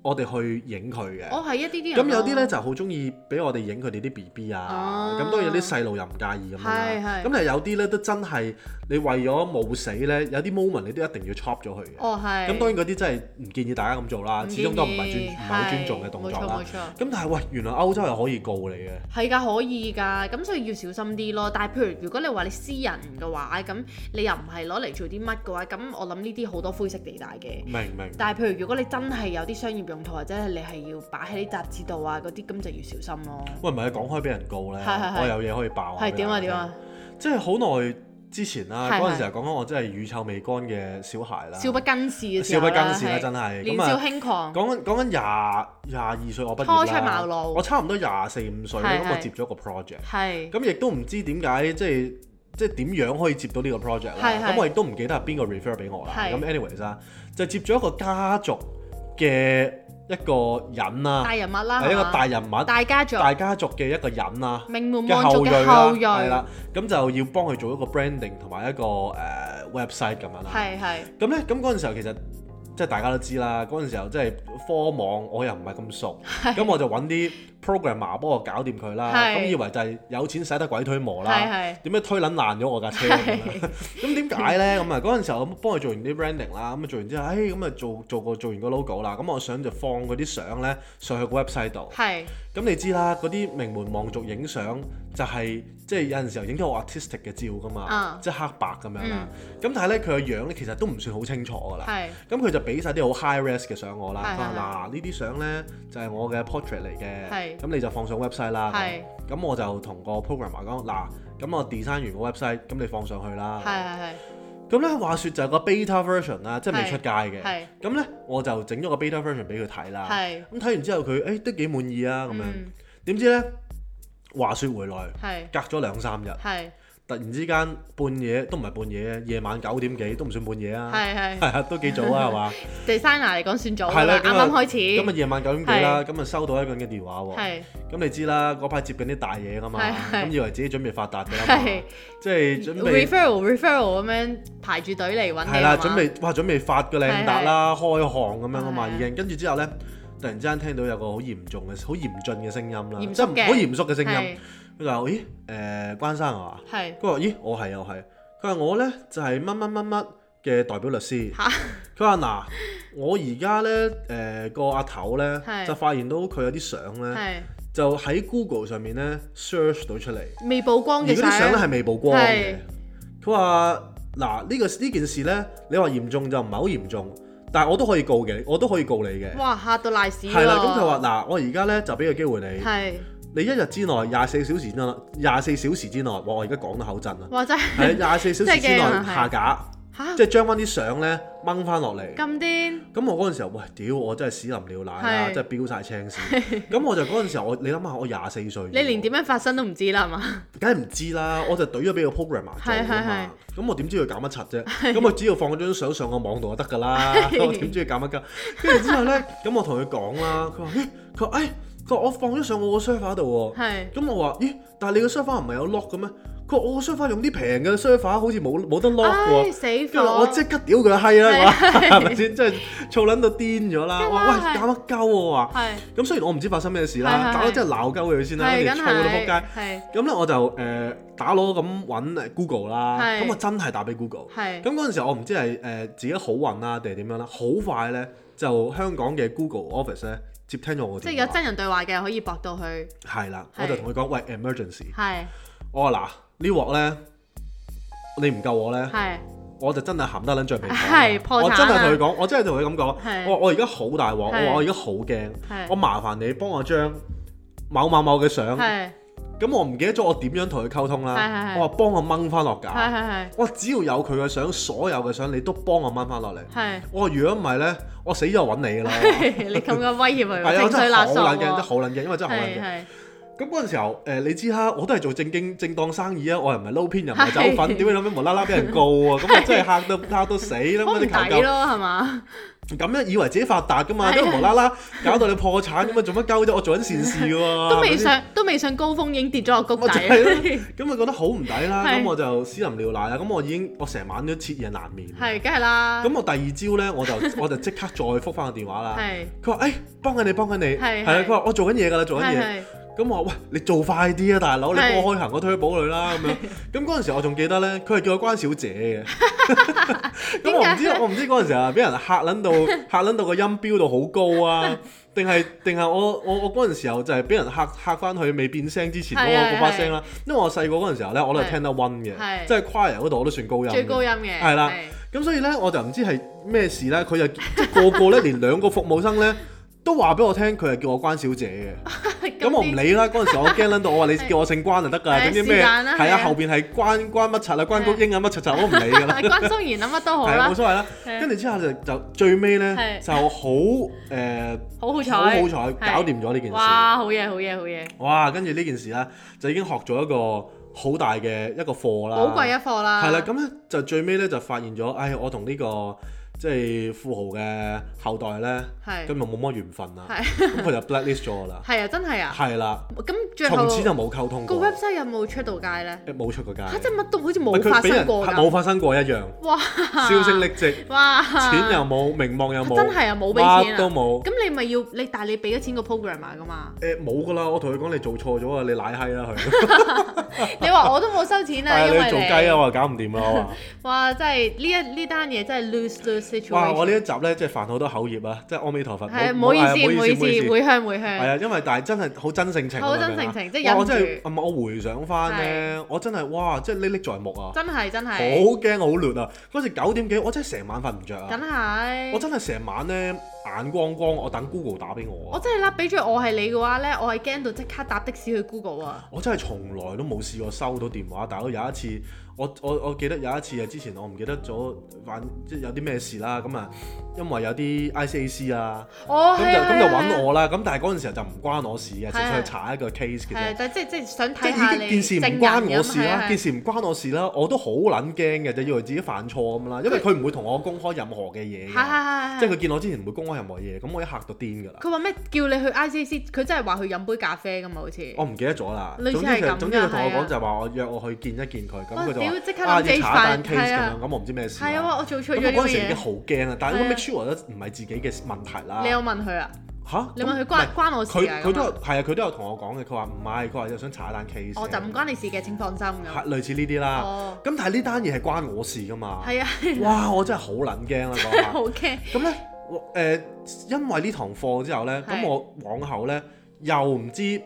Speaker 4: 我哋去影佢嘅。
Speaker 3: 我哦係啊一啲啲人
Speaker 4: 咁
Speaker 3: 咯。
Speaker 4: 有啲咧就好中意俾我哋影佢哋啲 B B 啊，
Speaker 3: 哦
Speaker 4: 咁當然有啲細路又唔介意咁樣
Speaker 3: 係
Speaker 4: 啦。
Speaker 3: 係
Speaker 4: 咁但係有啲咧都真係你為咗冇死咧，有啲 moment 你都一定要 chop 咗佢嘅。
Speaker 3: 哦係。
Speaker 4: 咁當然嗰啲真係唔建議大家咁做啦，
Speaker 3: 唔
Speaker 4: 始終都唔係尊
Speaker 3: 建議
Speaker 4: 唔係好尊重嘅
Speaker 3: 係
Speaker 4: 動作啦。
Speaker 3: 冇錯冇錯
Speaker 4: 咁但係喂，原來歐洲係可以告你嘅。
Speaker 3: 係㗎，可以㗎，咁所以要小心啲咯。但係譬如如果你話你私人嘅話，咁你又唔係攞嚟做啲乜嘅話，咁我諗呢啲好多灰色地帶嘅。
Speaker 4: 明明，
Speaker 3: 但係譬如如果你真係有啲商業用途，或者係你係要擺喺啲雜誌度啊嗰啲，咁就要小心咯。
Speaker 4: 喂，唔係講開俾人告咧，
Speaker 3: 係係係
Speaker 4: 我有嘢可以爆下。
Speaker 3: 係點啊點啊？，
Speaker 4: 即係好耐之前啦，
Speaker 3: 係係
Speaker 4: 嗰陣時候講緊我真係乳臭未乾嘅小孩啦，
Speaker 3: 少不更事嘅時
Speaker 4: 少
Speaker 3: 候
Speaker 4: 不
Speaker 3: 啦
Speaker 4: 更事啦，
Speaker 3: 係
Speaker 4: 真係
Speaker 3: 年
Speaker 4: 咁
Speaker 3: 少
Speaker 4: 啊。
Speaker 3: 輕狂。
Speaker 4: 講緊講緊廿廿二歲我畢業啦
Speaker 3: 初出茅廬
Speaker 4: 我差唔多廿四五歲
Speaker 3: 係
Speaker 4: 咁我
Speaker 3: 係
Speaker 4: 接咗個 project，
Speaker 3: 係
Speaker 4: 咁亦都唔知點解即係。即係點樣可以接到呢個 project 啦？
Speaker 3: 係係
Speaker 4: 咁我亦都唔記得係邊個 refer 俾我啦。
Speaker 3: 係
Speaker 4: 咁 anyways 啦，就接咗一個家族嘅一個人啦，
Speaker 3: 大人物啦，
Speaker 4: 啊係一個
Speaker 3: 係嘛
Speaker 4: 大人物，
Speaker 3: 大家族，
Speaker 4: 大家族嘅一個人啦。
Speaker 3: 名門
Speaker 4: 嘅
Speaker 3: 嗯望
Speaker 4: 後
Speaker 3: 族
Speaker 4: 裔
Speaker 3: 嘅
Speaker 4: 啦，
Speaker 3: 後裔，
Speaker 4: 係啦，咁就要幫佢做一個 branding 同埋一個誒、呃 website 咁樣啦。
Speaker 3: 係係
Speaker 4: 咁咧，咁嗰陣時候其實即係大家都知啦，嗰陣時候即係科網，我又唔係咁熟，咁我就揾啲 programmer 啊幫我搞掂佢啦。
Speaker 3: 係
Speaker 4: 咁以為就係有錢使得鬼推磨
Speaker 3: 係
Speaker 4: 啦。
Speaker 3: 係
Speaker 4: 點解推撚爛咗我架車咁樣
Speaker 3: 係
Speaker 4: [laughs] 咁點解咧？咁啊嗰陣時候咁幫佢做完啲 branding 啦，咁啊做完之後，誒咁啊做做個做完個 logo 啦，咁我想就放嗰啲相咧上去個 website 度。
Speaker 3: 係
Speaker 4: 咁你知啦，嗰啲名門望族影相就係、即係有陣時候影咗好 artistic 嘅照噶嘛，
Speaker 3: 啊嗯
Speaker 4: 即係黑白咁樣啦。咁、但係咧佢個樣咧其實都唔算好清楚噶啦。
Speaker 3: 係
Speaker 4: 咁佢就俾晒啲好 high res 嘅相我啦。
Speaker 3: 係
Speaker 4: 佢話嗱呢啲相咧就係、我嘅 portrait 嚟嘅，
Speaker 3: 係
Speaker 4: 咁你就放上 website 啦。咁
Speaker 3: 係
Speaker 4: 咁我就同個 programmer 講嗱，咁我 design 完個 website，咁你放上去啦。
Speaker 3: 係
Speaker 4: 咁咧話說就有個 beta version 啦，即係未
Speaker 3: 係
Speaker 4: 出街嘅。
Speaker 3: 係
Speaker 4: 咁咧我就整咗個 beta version 俾佢睇啦。
Speaker 3: 係
Speaker 4: 咁睇完之後佢誒、都幾滿意啊啊咁樣。
Speaker 3: 嗯
Speaker 4: 點知呢？話說回來，
Speaker 3: 係
Speaker 4: 隔咗兩三日，
Speaker 3: 係
Speaker 4: 突然之間半夜都唔係半夜，夜晚九點幾都唔算半夜啊，
Speaker 3: 係
Speaker 4: 係啊，都幾早啊，係
Speaker 3: [laughs]
Speaker 4: 嘛？
Speaker 3: designer 嚟講算早
Speaker 4: 係
Speaker 3: 㗎啦，
Speaker 4: 咁
Speaker 3: 啱
Speaker 4: 啊
Speaker 3: 啱開
Speaker 4: 咁啊
Speaker 3: 始，
Speaker 4: 夜晚九點幾啦，咁啊收到一個人嘅電話喎，
Speaker 3: 係
Speaker 4: 咁你知啦，嗰排接緊啲大嘢噶嘛，
Speaker 3: 係係
Speaker 4: 咁以為自己準備發達㗎啦嘛
Speaker 3: 係，
Speaker 4: 即係啊準備
Speaker 3: referral referral 咁樣排住隊嚟揾你啊
Speaker 4: 係啦，
Speaker 3: 係嘛
Speaker 4: 準備哇準備發個靚達啦，開行咁樣啊嘛
Speaker 3: 係
Speaker 4: 已經，跟住之後呢，突然之間聽到有個好嚴重嘅、好嚴峻嘅聲音啦，
Speaker 3: 嚴肅
Speaker 4: 即係唔
Speaker 3: 嘅
Speaker 4: 好嚴肅嘅聲音
Speaker 3: 係，
Speaker 4: 佢就話：咦誒關生啊？
Speaker 3: 係
Speaker 4: 佢話：咦，我係又係。佢話我呢就係乜乜乜乜嘅代表律師。
Speaker 3: 嚇
Speaker 4: 佢話嗱，我而家呢誒個阿頭呢，
Speaker 3: 係
Speaker 4: 就發現到佢有啲相呢，
Speaker 3: 係
Speaker 4: 就喺 Google 上面呢 search 到出嚟，
Speaker 3: 未曝光
Speaker 4: 而
Speaker 3: 嘅
Speaker 4: 嗰啲相呢
Speaker 3: 相
Speaker 4: 係未曝光嘅
Speaker 3: 係。
Speaker 4: 佢話嗱呢個呢件事呢，你話嚴重就唔係好嚴重，但係我都可以告嘅，我都可以告你嘅。
Speaker 3: 哇嚇到賴屎
Speaker 4: 係啦，咁
Speaker 3: 喎
Speaker 4: 佢話嗱，我而家呢就俾個機會你，
Speaker 3: 係
Speaker 4: 你一日之內廿四小時之內，廿四小時之內，哇！我而家講到口震啊！
Speaker 3: 哇真 [laughs] 係
Speaker 4: 係廿四小時之內
Speaker 3: 真係驚啊係
Speaker 4: 下架，
Speaker 3: 嚇
Speaker 4: 即係將翻啲相咧掹翻落嚟。
Speaker 3: 咁癲
Speaker 4: 咁我嗰陣時候，喂，屌！我真係屎淋尿奶啦，
Speaker 3: 係
Speaker 4: 真係飆晒青屎。咁我就嗰陣時候，我你諗下，我廿四歲，
Speaker 3: 你連點樣發生都唔知啦係嘛
Speaker 4: 梗係唔知啦，我就懟咗俾個 programmer 做㗎
Speaker 3: 係係
Speaker 4: 嘛。咁我點知佢搞乜柒啫？咁我只要放張相上個網度就得㗎啦。
Speaker 3: 係
Speaker 4: 我點知佢搞乜㗎？跟住之後
Speaker 3: [laughs]
Speaker 4: 咧，咁我同佢講啦，佢話：咦，佢話誒，佢話我放咗上我個 server 度喎。
Speaker 3: 係
Speaker 4: 咁我話：咦，但係你個 server 唔係有 lock 嘅咩？佢佢話我 server 用啲平嘅 server，好似冇冇得 lock
Speaker 3: 唉，
Speaker 4: 喎。
Speaker 3: 死
Speaker 4: 跟住
Speaker 3: 火！
Speaker 4: 我即刻屌佢閪
Speaker 3: 係
Speaker 4: 啦，
Speaker 3: 啊
Speaker 4: 係咪先？真係燥撚到癲咗啦！
Speaker 3: 梗
Speaker 4: 哇
Speaker 3: 係
Speaker 4: 喂，搞
Speaker 3: 啦
Speaker 4: 乜鳩我話。
Speaker 3: 係
Speaker 4: 咁雖然我唔知發生咩事
Speaker 3: 係
Speaker 4: 啦，
Speaker 3: 係
Speaker 4: 搞到真係鬧鳩佢先啦，跟
Speaker 3: 係
Speaker 4: 住
Speaker 3: 梗
Speaker 4: 燥到撲
Speaker 3: 係
Speaker 4: 街。
Speaker 3: 係
Speaker 4: 咁咧我就誒、呃打攞咁揾 Google 啦，
Speaker 3: 係
Speaker 4: 咁我真係打俾 Google。
Speaker 3: 係
Speaker 4: 咁嗰陣時候我唔知係誒、呃自己好運啦定係點樣啦，好快咧就香港嘅 Google Office 咧接聽咗我
Speaker 3: 即
Speaker 4: 嘅
Speaker 3: 係有
Speaker 4: 電話。
Speaker 3: 真人對話嘅可以駁到去，
Speaker 4: 係啦，
Speaker 3: 係
Speaker 4: 我就同佢講喂 emergency， [laughs]
Speaker 3: 係
Speaker 4: 我話嗱呢鑊咧你唔救我咧，
Speaker 3: 係
Speaker 4: 我就真係含得撚
Speaker 3: [laughs]
Speaker 4: 橡皮糖
Speaker 3: 係破產
Speaker 4: 啊我真係同
Speaker 3: 啊
Speaker 4: 佢講，我真係同佢咁
Speaker 3: 係
Speaker 4: 講，我話我而家好大鑊，我
Speaker 3: 係
Speaker 4: 話我而家好驚
Speaker 3: 係，
Speaker 4: 我麻煩你幫我將某某某嘅相。
Speaker 3: 係
Speaker 4: 咁我唔記得咗我點樣同佢溝通啦
Speaker 3: 係係。係
Speaker 4: 我話幫我掹翻落
Speaker 3: 係
Speaker 4: 架。
Speaker 3: 係
Speaker 4: 我只要有佢嘅相，所有嘅相你都幫我掹翻落嚟。
Speaker 3: 係 [laughs]
Speaker 4: 我話如果唔係呢，我死咗揾你㗎啦。
Speaker 3: 係，你咁嘅威脅佢
Speaker 4: 係啊，
Speaker 3: 情
Speaker 4: 我真
Speaker 3: 緒
Speaker 4: 係
Speaker 3: 勒
Speaker 4: 好
Speaker 3: 索
Speaker 4: 撚驚，
Speaker 3: 喎
Speaker 4: 真係好撚驚，因為真係好撚
Speaker 3: 係
Speaker 4: 驚。
Speaker 3: 係
Speaker 4: 咁嗰陣時候，誒、你知啦，我都係做正經正當生意啊，我又唔係撈偏，又唔係
Speaker 3: 係
Speaker 4: 走粉，點解諗咩無啦啦俾人告啊？咁啊真係嚇
Speaker 3: [laughs]
Speaker 4: 到嚇到死啦！
Speaker 3: 好
Speaker 4: 乜
Speaker 3: 唔
Speaker 4: 你求
Speaker 3: 抵
Speaker 4: 救？
Speaker 3: 咯係嘛？
Speaker 4: 咁樣以為自己發達㗎嘛，
Speaker 3: 係啊
Speaker 4: 因為無啦啦搞到你破產咁啊，做乜鳩啫？我做緊善事㗎喎，
Speaker 3: 都
Speaker 4: 係咪
Speaker 3: 未
Speaker 4: 先
Speaker 3: 上都未上高峰已經跌咗落谷
Speaker 4: 我就係
Speaker 3: 底
Speaker 4: 咯，咁啊咪覺得好唔抵啦，
Speaker 3: 係
Speaker 4: 咁我就屎淋尿奶啦，咁我已經我成晚都徹夜難眠。
Speaker 3: [laughs] 係啊梗係啦。
Speaker 4: 咁我啊第二朝咧，我就我就即刻再覆翻個電話啦。
Speaker 3: 係
Speaker 4: 佢話：誒、哎幫緊你，幫緊你，
Speaker 3: 係
Speaker 4: 係啊！
Speaker 3: 係
Speaker 4: 佢話我做緊嘢㗎啦，做緊
Speaker 3: 係
Speaker 4: 嘢。
Speaker 3: 係
Speaker 4: 咁我話：喂，你做快啲啊，大佬！你
Speaker 3: 係
Speaker 4: 幫我開行個推保佢啦咁
Speaker 3: [laughs]
Speaker 4: 樣。咁嗰陣時我仲記得咧，佢係叫我關小姐
Speaker 3: [laughs]
Speaker 4: 嘅。咁我唔知我唔知嗰陣時啊，俾人嚇撚到嚇撚到個音飆到好高啊！定係定係我我我嗰陣時候就係俾人嚇嚇翻去未變聲之前嗰
Speaker 3: 係啊
Speaker 4: 個嗰把
Speaker 3: 係
Speaker 4: 聲啦，因為我細個嗰陣時候咧，我都係聽得温嘅
Speaker 3: 係，
Speaker 4: 即係 choir 嗰度我都算高音嘅，
Speaker 3: 最高音嘅
Speaker 4: 係啦
Speaker 3: 係
Speaker 4: 咁所以咧，我就唔知係咩事咧，佢就即係個個咧，連兩個服務生咧都話俾我聽，佢係叫我關小姐嘅。咁我唔理啦，嗰陣時我驚撚到，
Speaker 3: [laughs]
Speaker 4: 我話你叫我姓關就得㗎，
Speaker 3: 係
Speaker 4: 總之咩
Speaker 3: 是但啦
Speaker 4: 係
Speaker 3: 係
Speaker 4: 啊，
Speaker 3: 啊
Speaker 4: 後邊係關關乜柒啊，關谷英啊乜柒柒，我都唔理㗎啦
Speaker 3: [laughs] 係。關心妍諗乜都好
Speaker 4: 係啊
Speaker 3: 啦
Speaker 4: 冇，所謂啦。
Speaker 3: 係
Speaker 4: 跟住之後就就最尾咧
Speaker 3: 係
Speaker 4: 就好誒，
Speaker 3: 好好彩，
Speaker 4: 好好彩
Speaker 3: 係
Speaker 4: 搞掂咗呢件事。
Speaker 3: 哇！好嘢，好嘢，好嘢，
Speaker 4: 哇！跟住呢件事咧就已經學咗一個好大嘅一個課啦。
Speaker 3: 寶貴一啊課啦。
Speaker 4: 啊係啦，咁咧就最尾咧就發現咗，唉，我同呢、個即係富豪嘅後代咧，
Speaker 3: 係
Speaker 4: 咁就冇乜緣分啦，
Speaker 3: 係
Speaker 4: 咁佢就 blacklist 咗我啦，
Speaker 3: 係啊，真係啊。
Speaker 4: 係啦，
Speaker 3: 咁 [laughs] 最後
Speaker 4: 從此就冇溝通
Speaker 3: 個
Speaker 4: 過，
Speaker 3: website 有冇出到街咧？
Speaker 4: 冇出過街，
Speaker 3: 嚇！真係乜都好似
Speaker 4: 唔係
Speaker 3: 冇
Speaker 4: 佢
Speaker 3: 發
Speaker 4: 俾人
Speaker 3: 生過
Speaker 4: 係冇
Speaker 3: 㗎。
Speaker 4: 發生過一樣，
Speaker 3: 哇！
Speaker 4: 銷聲匿跡，
Speaker 3: [laughs] 哇！
Speaker 4: 錢又冇，名望又冇，
Speaker 3: 真係啊冇俾錢啊
Speaker 4: 乜都冇，
Speaker 3: 咁你咪要你，但係你俾咗錢個 programmer
Speaker 4: [laughs]
Speaker 3: 㗎嘛？
Speaker 4: 誒冇噶啦，我同佢講你做錯咗啊，你奶閪
Speaker 3: [laughs]
Speaker 4: 啦佢，
Speaker 3: 你話我都冇收錢啊，
Speaker 4: 係
Speaker 3: 因
Speaker 4: 你
Speaker 3: 為
Speaker 4: 做雞啊，我話搞唔掂啦，
Speaker 3: [laughs]
Speaker 4: 我話，
Speaker 3: 哇！真係呢一呢單嘢真係 lose lose situation。
Speaker 4: 哇，我呢一集咧即係犯好多口業啊，即係阿彌陀佛，
Speaker 3: 係啊唔
Speaker 4: 好
Speaker 3: 好意
Speaker 4: 係啊
Speaker 3: 思，唔好意思，回向回
Speaker 4: 係
Speaker 3: 向。
Speaker 4: 啊，因為但係真係好真性情啊，
Speaker 3: 好真
Speaker 4: 明唔明啊
Speaker 3: 性情即係忍
Speaker 4: 哇我真係
Speaker 3: 住
Speaker 4: 唔係我回想翻咧，我真係哇，即係歷歷在目啊，
Speaker 3: 真係真
Speaker 4: 好
Speaker 3: 係，
Speaker 4: 驚好亂啊！嗰時九點幾，我真係成晚瞓唔着
Speaker 3: 梗
Speaker 4: 啊，我
Speaker 3: 係。
Speaker 4: 真係成晚咧眼光光，我等 Google 打俾我
Speaker 3: 我
Speaker 4: 啊，
Speaker 3: 真係啦，俾咗我係你嘅話咧，我係驚到即刻搭的士去 Google 啊！
Speaker 4: 我真係從來都冇試過收到電話，但係我有一次，我我我記得有一次啊，之前我唔記得咗，反即係有啲咩事啦，咁啊，因為有啲 ICAC 啊，
Speaker 3: 哦，
Speaker 4: 咁
Speaker 3: 係
Speaker 4: 就
Speaker 3: 啊
Speaker 4: 咁就揾。
Speaker 3: 係啊
Speaker 4: 我啦，咁但係嗰陣時候就唔關我事嘅，
Speaker 3: 係啊
Speaker 4: 純粹係查一個 case 嘅啫
Speaker 3: 係，。但係即係即係想
Speaker 4: 即
Speaker 3: 睇下
Speaker 4: 係已
Speaker 3: 你
Speaker 4: 經件事唔關我事啦，件事唔關我事啦，我都好撚驚嘅，就以為自己犯錯咁啦，因為佢唔會同我公開任何嘅嘢
Speaker 3: 係
Speaker 4: 嘅，
Speaker 3: 係係
Speaker 4: 即係
Speaker 3: 係。
Speaker 4: 佢見我之前唔會公開任何嘢，咁我一嚇到癲㗎啦，
Speaker 3: 佢話咩叫你去 ICC，佢真係話去飲杯咖啡㗎嘛，好似。
Speaker 4: 我唔記得咗啦。
Speaker 3: 類
Speaker 4: 總
Speaker 3: 似
Speaker 4: 之
Speaker 3: 係咁
Speaker 4: 佢
Speaker 3: 㗎
Speaker 4: 總之佢同我
Speaker 3: 係啊
Speaker 4: 講就話我約我去見一見佢，咁
Speaker 3: 哇
Speaker 4: 佢就
Speaker 3: 屌即刻
Speaker 4: 話
Speaker 3: 諗
Speaker 4: 啊
Speaker 3: 自己
Speaker 4: 要查一單
Speaker 3: 犯係
Speaker 4: case 咁
Speaker 3: 啊
Speaker 4: 樣，咁我唔知咩事
Speaker 3: 係啊，
Speaker 4: 啦。
Speaker 3: 我做錯
Speaker 4: 咁
Speaker 3: 咗
Speaker 4: 我
Speaker 3: 呢
Speaker 4: 嗰
Speaker 3: 樣
Speaker 4: 陣時已經
Speaker 3: 嘢。
Speaker 4: 好驚啦，但係
Speaker 3: 係
Speaker 4: 我
Speaker 3: 啊
Speaker 4: make sure 都唔係自己嘅問題啦。
Speaker 3: 你有問佢啊？
Speaker 4: 嚇？
Speaker 3: 你問佢
Speaker 4: 咁唔
Speaker 3: 關
Speaker 4: 係
Speaker 3: 關我事啊
Speaker 4: 佢佢都
Speaker 3: 咁
Speaker 4: 有
Speaker 3: 啊
Speaker 4: 係啊，佢都有同我講嘅，佢話唔係，佢話又想查一單 case。
Speaker 3: 哦我就唔關你事嘅，請放心咁。
Speaker 4: 係類似呢啲啦。
Speaker 3: 哦
Speaker 4: 咁但係呢單嘢係關我事噶嘛？
Speaker 3: 係啊， [laughs]
Speaker 4: 哇！我真係好撚驚啊啦嗰下。
Speaker 3: 好驚。
Speaker 4: 咁咧，我誒因為呢堂課之後咧，
Speaker 3: 係
Speaker 4: 咁我往後咧又唔知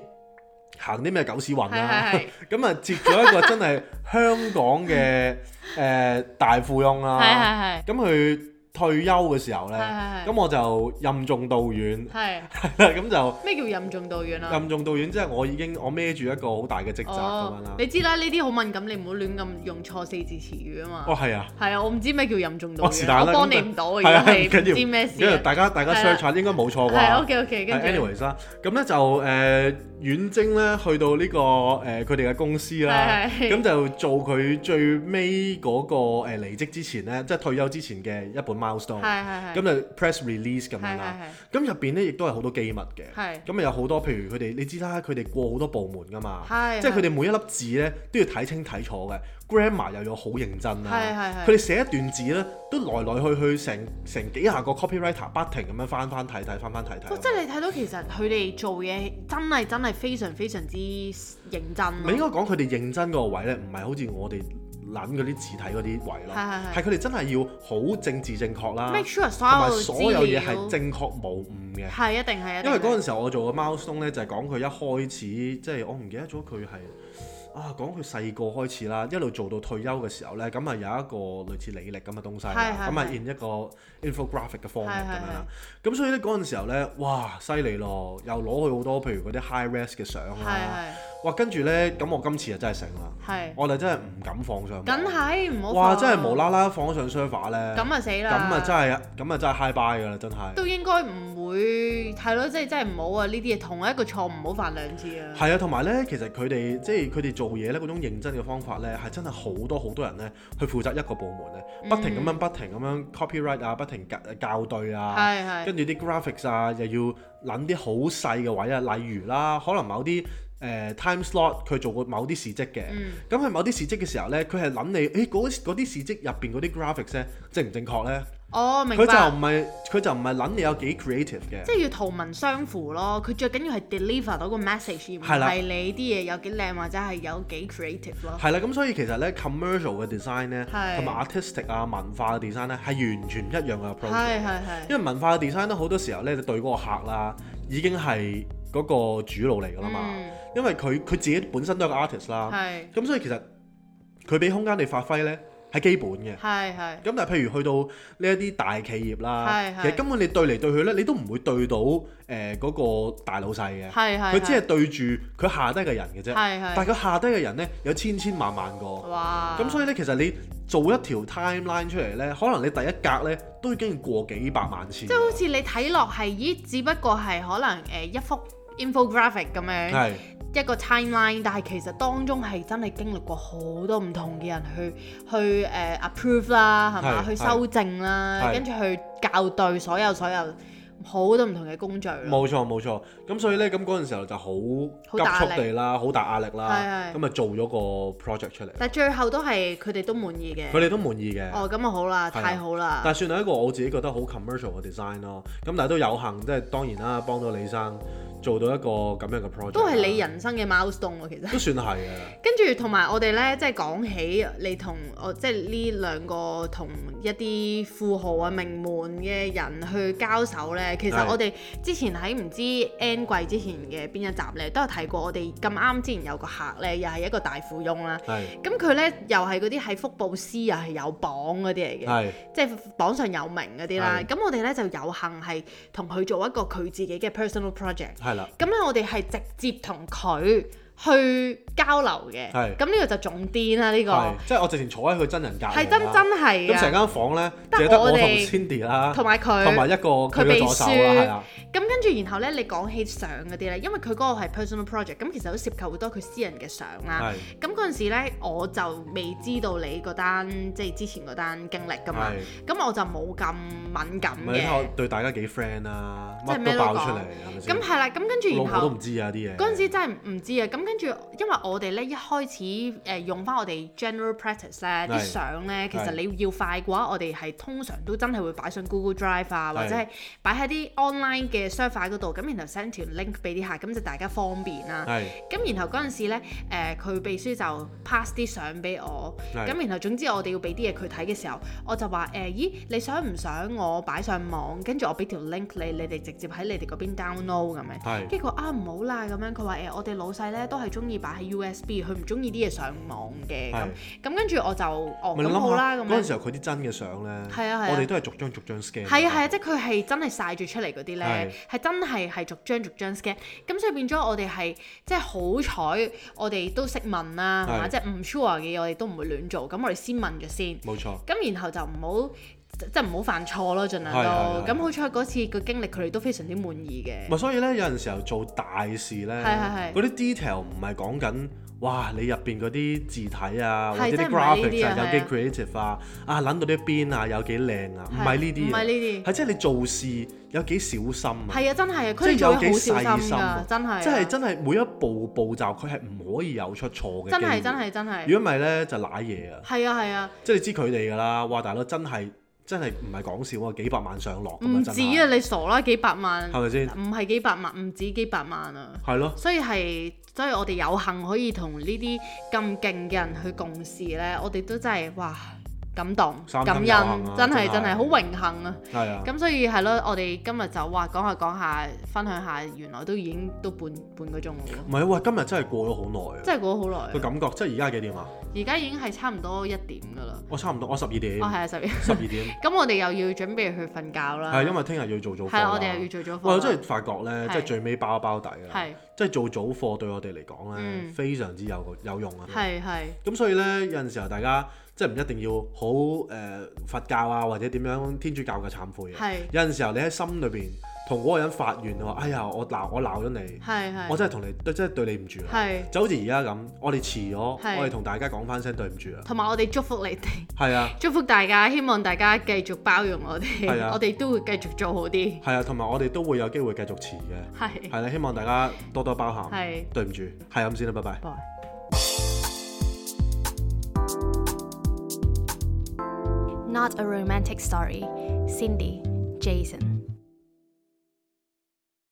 Speaker 4: 行啲咩狗屎運啦
Speaker 3: 係
Speaker 4: [laughs]
Speaker 3: 係。
Speaker 4: 咁啊接咗一個真係香港
Speaker 3: [laughs]
Speaker 4: 嘅誒大富翁
Speaker 3: 係係
Speaker 4: 啦。
Speaker 3: 係。
Speaker 4: 咁佢退休嘅時候咧，
Speaker 3: 係係係
Speaker 4: 咁我就任重道遠， [laughs]
Speaker 3: 係
Speaker 4: 咁就。
Speaker 3: 咩叫任重道遠啊？
Speaker 4: 任重道遠，即係我已經我孭住一個好大嘅職責啊咁樣啦
Speaker 3: 哦，。你知啦，呢啲好敏感，你唔好亂咁用錯四字詞語啊嘛。
Speaker 4: 哦，係啊。
Speaker 3: 係啊，我唔知咩叫任重道
Speaker 4: 哦，是
Speaker 3: 遠，
Speaker 4: 但啦，
Speaker 3: 我
Speaker 4: 咁
Speaker 3: 幫你
Speaker 4: 就
Speaker 3: 唔到啊，如果
Speaker 4: 係啊
Speaker 3: 係
Speaker 4: 唔緊要
Speaker 3: 唔知咩事
Speaker 4: 跟住
Speaker 3: 啊。
Speaker 4: 大家大家
Speaker 3: 係啦
Speaker 4: search 下應該冇錯啩。
Speaker 3: 係 OK OK，跟住
Speaker 4: anyways 啦，咁咧就誒呃遠征咧去到呢、個誒佢哋嘅公司啦，
Speaker 3: 係
Speaker 4: 咁就做佢最尾嗰個誒離職之前咧，即係退休之前嘅一本 milestone，
Speaker 3: 係係
Speaker 4: 咁
Speaker 3: 係
Speaker 4: 就 press release 咁樣
Speaker 3: 係
Speaker 4: 啦。咁入邊咧亦都係好多機密嘅
Speaker 3: 係，
Speaker 4: 咁啊有好多譬如佢哋你知啦，佢哋過好多部門噶嘛，
Speaker 3: 係
Speaker 4: 即係
Speaker 3: 係
Speaker 4: 佢哋每一粒字咧都要睇清睇楚嘅，grammar 又要好認真啦，
Speaker 3: 係係係
Speaker 4: 佢哋寫一段字咧都來來去去成成幾下個 copywriter 不停咁樣翻翻睇睇翻翻睇睇咁
Speaker 3: 哇
Speaker 4: 樣。
Speaker 3: 即係你睇到其實佢哋做嘢真係真係非常非常之認真
Speaker 4: 唔係應該
Speaker 3: 咯。
Speaker 4: 講佢哋認真嗰個位咧，唔係好似我哋諗嗰啲字體嗰啲位咯，
Speaker 3: 係係係
Speaker 4: 係佢哋真係要好政治正確啦，
Speaker 3: make sure
Speaker 4: 同埋
Speaker 3: 所
Speaker 4: 所
Speaker 3: 有
Speaker 4: 有
Speaker 3: 資
Speaker 4: 嘢
Speaker 3: 料
Speaker 4: 係正確無誤嘅。
Speaker 3: 係一定係，啊
Speaker 4: 因為嗰陣
Speaker 3: 時
Speaker 4: 時候我做嘅 milestone 咧，就係講佢一開始，即係我唔記得咗佢係啊講佢細個開始啦，一路做到退休嘅時候咧，咁啊有一個類似履歷咁嘅東西
Speaker 3: 係
Speaker 4: 啦，
Speaker 3: 係
Speaker 4: 咁啊
Speaker 3: 係
Speaker 4: in 一個 infographic 嘅 format 咁樣啦。咁所以咧嗰陣時候咧，哇犀利咯，又攞佢好多譬如嗰啲 high res 嘅相啊啦，
Speaker 3: 係
Speaker 4: 哇跟住咧咁我今次啊就真係醒啦，
Speaker 3: 係係，
Speaker 4: 我哋真係唔敢放上網，
Speaker 3: 梗係唔好
Speaker 4: 哇
Speaker 3: 放
Speaker 4: 真係無啦啦放上 server 咧，
Speaker 3: 咁啊死啦，
Speaker 4: 咁啊真係咁啊真係 high bye 㗎啦，真係。
Speaker 3: 都應該唔會係咯，即係真係唔好啊！呢啲嘢同一個錯誤唔好犯兩次啊。
Speaker 4: 係啊，同埋咧，其實佢哋即係佢哋做嘢咧，嗰種認真嘅方法咧，係真係好多好多人咧去負責一個部門咧，
Speaker 3: 嗯
Speaker 4: 不停咁樣、不停咁樣 copyright 啊，不停校校對啊，
Speaker 3: 係係
Speaker 4: 跟住啲 graphics 啊，又要諗啲好細嘅位啊，例如啦，可能某啲誒、呃 time slot 佢做過某啲事蹟嘅，
Speaker 3: 嗯
Speaker 4: 咁喺、某啲事蹟嘅時候咧，佢係諗你，誒嗰嗰啲事蹟入邊嗰啲 graphics 咧正唔正確咧？
Speaker 3: 哦，明
Speaker 4: 佢就
Speaker 3: 白
Speaker 4: 唔。係佢就唔係諗你有幾 creative 嘅
Speaker 3: 即。係要圖文相符咯，佢最緊要係 deliver 到個 message，而唔
Speaker 4: 係啦
Speaker 3: 係你啲嘢有幾靚或者係有幾 creative 咯。
Speaker 4: 係啦，咁所以其實咧 commercial 嘅 design 咧，
Speaker 3: 係
Speaker 4: 同埋 artistic 啊文化嘅 design 咧，係完全唔一樣嘅 approach 嚟
Speaker 3: 係
Speaker 4: 嘅。
Speaker 3: 係係，
Speaker 4: 因為文化嘅 design 咧，好多時候咧，你對嗰個客啦，已經係嗰個主腦嚟㗎啦嘛。
Speaker 3: 嗯
Speaker 4: 因為佢佢自己本身都係個 artist 啦，
Speaker 3: 係
Speaker 4: 咁所以其實佢俾空間你發揮咧係基本嘅。
Speaker 3: 係係
Speaker 4: 咁但係譬如去到呢一啲大企業啦
Speaker 3: 係，
Speaker 4: 其實
Speaker 3: 係
Speaker 4: 根本你對嚟對去咧，你都唔會對到誒嗰個大老細嘅。
Speaker 3: 係係，
Speaker 4: 佢只係對住佢下低嘅人嘅啫，
Speaker 3: 係係
Speaker 4: 但係佢下低嘅人呢，有千千萬萬個，
Speaker 3: 哇，
Speaker 4: 咁所以呢，其實你做一條 timeline 出嚟呢，可能你第一格呢都已經過幾百萬次
Speaker 3: 即係好似你睇落係，咦？只不過係可能誒、呃一幅 infographic 咁樣
Speaker 4: 係
Speaker 3: 一個 timeline，但係其實當中係真係經歷過好多唔同嘅人去去誒、呃 approve 啦，係嘛？
Speaker 4: 係
Speaker 3: 去
Speaker 4: 係
Speaker 3: 修正啦，
Speaker 4: 係
Speaker 3: 跟住去校對所有所有好多唔同嘅工序咯。
Speaker 4: 冇錯冇錯，咁所以呢，咁嗰陣時候就好
Speaker 3: 好
Speaker 4: 急
Speaker 3: 大
Speaker 4: 速地啦，好大壓力啦，
Speaker 3: 係係
Speaker 4: 咁啊做咗個 project 出嚟，
Speaker 3: 但係最後都係佢哋都滿意嘅。
Speaker 4: 佢哋都滿意嘅。
Speaker 3: 哦，咁啊好啦，
Speaker 4: 係啊
Speaker 3: 太好啦。
Speaker 4: 但係算係一個我自己覺得好 commercial 嘅 design 咯，咁但係都有幸，即係當然啦，幫到李生做到一個咁樣嘅 project，
Speaker 3: 都係你
Speaker 4: 啦
Speaker 3: 人生嘅 milestone 喎，其實。
Speaker 4: 都算係嘅。
Speaker 3: 跟住同埋我哋咧，即係講起你同我，即係呢兩個同一啲富豪啊、名門嘅人去交手咧。其實
Speaker 4: 係
Speaker 3: 我哋之前喺唔知 N 季之前嘅邊一集咧，都有提過。我哋咁啱之前有個客咧，又係一個大富翁啦。
Speaker 4: 係
Speaker 3: [laughs] 咁佢咧又係嗰啲喺福布斯又係有榜嗰啲嚟嘅。
Speaker 4: 係
Speaker 3: 即係榜上有名嗰啲啦
Speaker 4: 係，
Speaker 3: 咁我哋咧就有幸係同佢做一個佢自己嘅 personal project，
Speaker 4: 係啦，
Speaker 3: 咁咧我哋係直接同佢去交流嘅，
Speaker 4: 係
Speaker 3: 咁呢個就仲癲啦呢
Speaker 4: 係
Speaker 3: 個，
Speaker 4: 即係我直情坐喺佢真人隔離啦
Speaker 3: 哦
Speaker 4: 啊
Speaker 3: 係真真係
Speaker 4: 咁成
Speaker 3: 啊，
Speaker 4: 間房咧，
Speaker 3: 得
Speaker 4: 淨係得我
Speaker 3: 我
Speaker 4: 同
Speaker 3: 哋
Speaker 4: Cindy 啦，
Speaker 3: 同埋佢
Speaker 4: 同埋一個佢嘅助手啦，
Speaker 3: 佢秘書
Speaker 4: 係啊啦，
Speaker 3: 咁跟住然後咧你講起相嗰啲咧，因為佢嗰個係 personal project，咁其實都涉及好多佢私人嘅相啦，
Speaker 4: 係
Speaker 3: 咁嗰陣時咧我就未知道你嗰單即係之前嗰單經歷㗎嘛，
Speaker 4: 係。
Speaker 3: 咁我就冇咁敏感
Speaker 4: 唔係你睇我
Speaker 3: 嘅，
Speaker 4: 對大家幾 friend 啦，
Speaker 3: 即係
Speaker 4: 乜
Speaker 3: 咩
Speaker 4: 都
Speaker 3: 都
Speaker 4: 爆出
Speaker 3: 講
Speaker 4: 嚟，係咪先？
Speaker 3: 咁係啦，咁跟住
Speaker 4: 老
Speaker 3: 然
Speaker 4: 婆都。
Speaker 3: 後
Speaker 4: 唔知啊啲嘢。
Speaker 3: 嗰陣時真係唔知啊！咁跟住，因為我哋咧一開始誒、呃用翻我哋 general practice 咧
Speaker 4: 係
Speaker 3: 啲相咧，其實
Speaker 4: 係
Speaker 3: 你要快嘅話，我哋係通常都真係會擺上 Google Drive 啊，
Speaker 4: 係
Speaker 3: 或者係擺喺啲 online 嘅 server 嗰度，咁然後 send 條 link 俾啲客，咁就大家方便啦。
Speaker 4: 係
Speaker 3: 咁然後嗰陣時咧，誒、佢秘書就 pass 啲相俾我，
Speaker 4: 係
Speaker 3: 咁然後總之我哋要俾啲嘢佢睇嘅時候，我就話誒、咦你想唔想我擺上網？跟住我俾條 link 你，你哋直接喺你哋嗰邊 download 咁
Speaker 4: 係
Speaker 3: 樣。跟住佢話啊唔好啦咁樣，佢話誒我哋老細咧都係中意擺喺 USB，佢唔中意啲嘢上網嘅咁
Speaker 4: 係。
Speaker 3: 咁跟住我就哦
Speaker 4: 咪你
Speaker 3: 咁好
Speaker 4: 諗
Speaker 3: 啦
Speaker 4: 下
Speaker 3: 咁
Speaker 4: 嗰陣時
Speaker 3: 樣。
Speaker 4: 候佢啲真嘅相咧，
Speaker 3: 係啊係啊
Speaker 4: 我哋都係逐張逐張 scan。
Speaker 3: 係啊係啊，即係佢係真係晒住出嚟嗰啲咧，係真係係逐張逐張 scan，咁所以變咗我哋係即係好彩，我哋都識問啦，係嘛？
Speaker 4: 係嗯
Speaker 3: 即係唔 sure 嘅嘢我哋都唔會亂做，咁我哋先問咗先，
Speaker 4: 冇錯，
Speaker 3: 咁然後就唔好即係唔好犯錯咯，盡量
Speaker 4: 係係係
Speaker 3: 都。咁好彩嗰次個經歷佢哋都非常之滿意嘅。
Speaker 4: 咪所以咧，有陣時候做大事咧，
Speaker 3: 係係係
Speaker 4: 嗰啲 detail 唔係講緊，哇！你入邊嗰啲字體啊，或
Speaker 3: 係
Speaker 4: 者
Speaker 3: 真
Speaker 4: 啲
Speaker 3: 係唔係呢
Speaker 4: graphics
Speaker 3: 啲啊
Speaker 4: 啊，有幾 creative 啊，啊諗到啲邊啊，有幾靚啊，唔係呢啲
Speaker 3: 唔係
Speaker 4: 嘢，
Speaker 3: 呢啲。
Speaker 4: 係即係你做事有幾小心啊，
Speaker 3: 係啊，真係啊，
Speaker 4: 即
Speaker 3: 佢
Speaker 4: 係
Speaker 3: 哋
Speaker 4: 有
Speaker 3: 做
Speaker 4: 幾
Speaker 3: 嘢好
Speaker 4: 細
Speaker 3: 小心
Speaker 4: 啊
Speaker 3: 㗎，真係啊。
Speaker 4: 即係真係每一步步驟佢係唔可以有出錯嘅，
Speaker 3: 真係真。係真係。
Speaker 4: 如果唔係咧，就賴嘢啊！
Speaker 3: 係啊係啊，
Speaker 4: 即係你知佢哋㗎啦，哇！大佬真係真係唔係講笑啊，幾百萬上落咁
Speaker 3: 唔
Speaker 4: 啊，真
Speaker 3: 止
Speaker 4: 係
Speaker 3: 啊！你傻啦，幾百萬
Speaker 4: 係咪先？
Speaker 3: 唔係幾百萬，唔止幾百萬啊！
Speaker 4: 係咯，
Speaker 3: 所以係，所以我哋有幸可以同呢啲咁勁嘅人去共事呢，我哋都真係哇感動、
Speaker 4: 三生
Speaker 3: 感恩，
Speaker 4: 有幸啊
Speaker 3: 真係
Speaker 4: 真係
Speaker 3: 真係好榮幸啊！
Speaker 4: 係啊。
Speaker 3: 咁所以係咯，我哋今日就哇講下講下，分享下，原來都已經都半半個鐘咯
Speaker 4: 唔係啊，喂！今日真係過咗好耐啊
Speaker 3: 喎，，真係過咗好
Speaker 4: 個
Speaker 3: 耐啊。
Speaker 4: 感覺即係而家幾點啊？
Speaker 3: 而家已經係差唔多一點㗎啦，
Speaker 4: 我差唔多，我十二點
Speaker 3: 哦，係啊十二，
Speaker 4: 十二點，
Speaker 3: [laughs] 咁我哋又要準備去瞓覺啦，
Speaker 4: 係因為聽日要做早課
Speaker 3: 係啦，啊
Speaker 4: 啦。
Speaker 3: 我哋又要做咗課
Speaker 4: 喂，
Speaker 3: 啦，
Speaker 4: 我真係發覺咧，
Speaker 3: 係
Speaker 4: 即係最尾包一包底啦，
Speaker 3: 係
Speaker 4: 即係做早課對我哋嚟講咧，
Speaker 3: 嗯
Speaker 4: 非常之有有用啊。
Speaker 3: 係係。
Speaker 4: 咁所以咧，有陣時候大家即係唔一定要好誒、呃佛教啊，或者點樣天主教嘅懺悔嘅
Speaker 3: 係。
Speaker 4: 有陣時候你喺心裏邊同嗰個人發願，你話：哎呀，我鬧我鬧咗你，
Speaker 3: 係係，
Speaker 4: 我真係同你對真係對你唔住啊！
Speaker 3: 係
Speaker 4: 就好似而家咁，我哋遲咗，
Speaker 3: 係
Speaker 4: 我哋同大家講翻聲對唔住啊！
Speaker 3: 同埋我哋祝福你哋， [laughs]
Speaker 4: 係啊，
Speaker 3: 祝福大家，希望大家繼續包容我哋，
Speaker 4: 係啊
Speaker 3: 我哋都會繼續做好啲。
Speaker 4: 係啊，同埋我哋都會有機會繼續遲嘅。
Speaker 3: 係，
Speaker 4: 係啦，希望大家多多包涵。
Speaker 3: 係
Speaker 4: 對唔住，係啊咁先啦，拜拜。
Speaker 3: 拜。
Speaker 2: Not a Romantic Story, Cindy, Jason.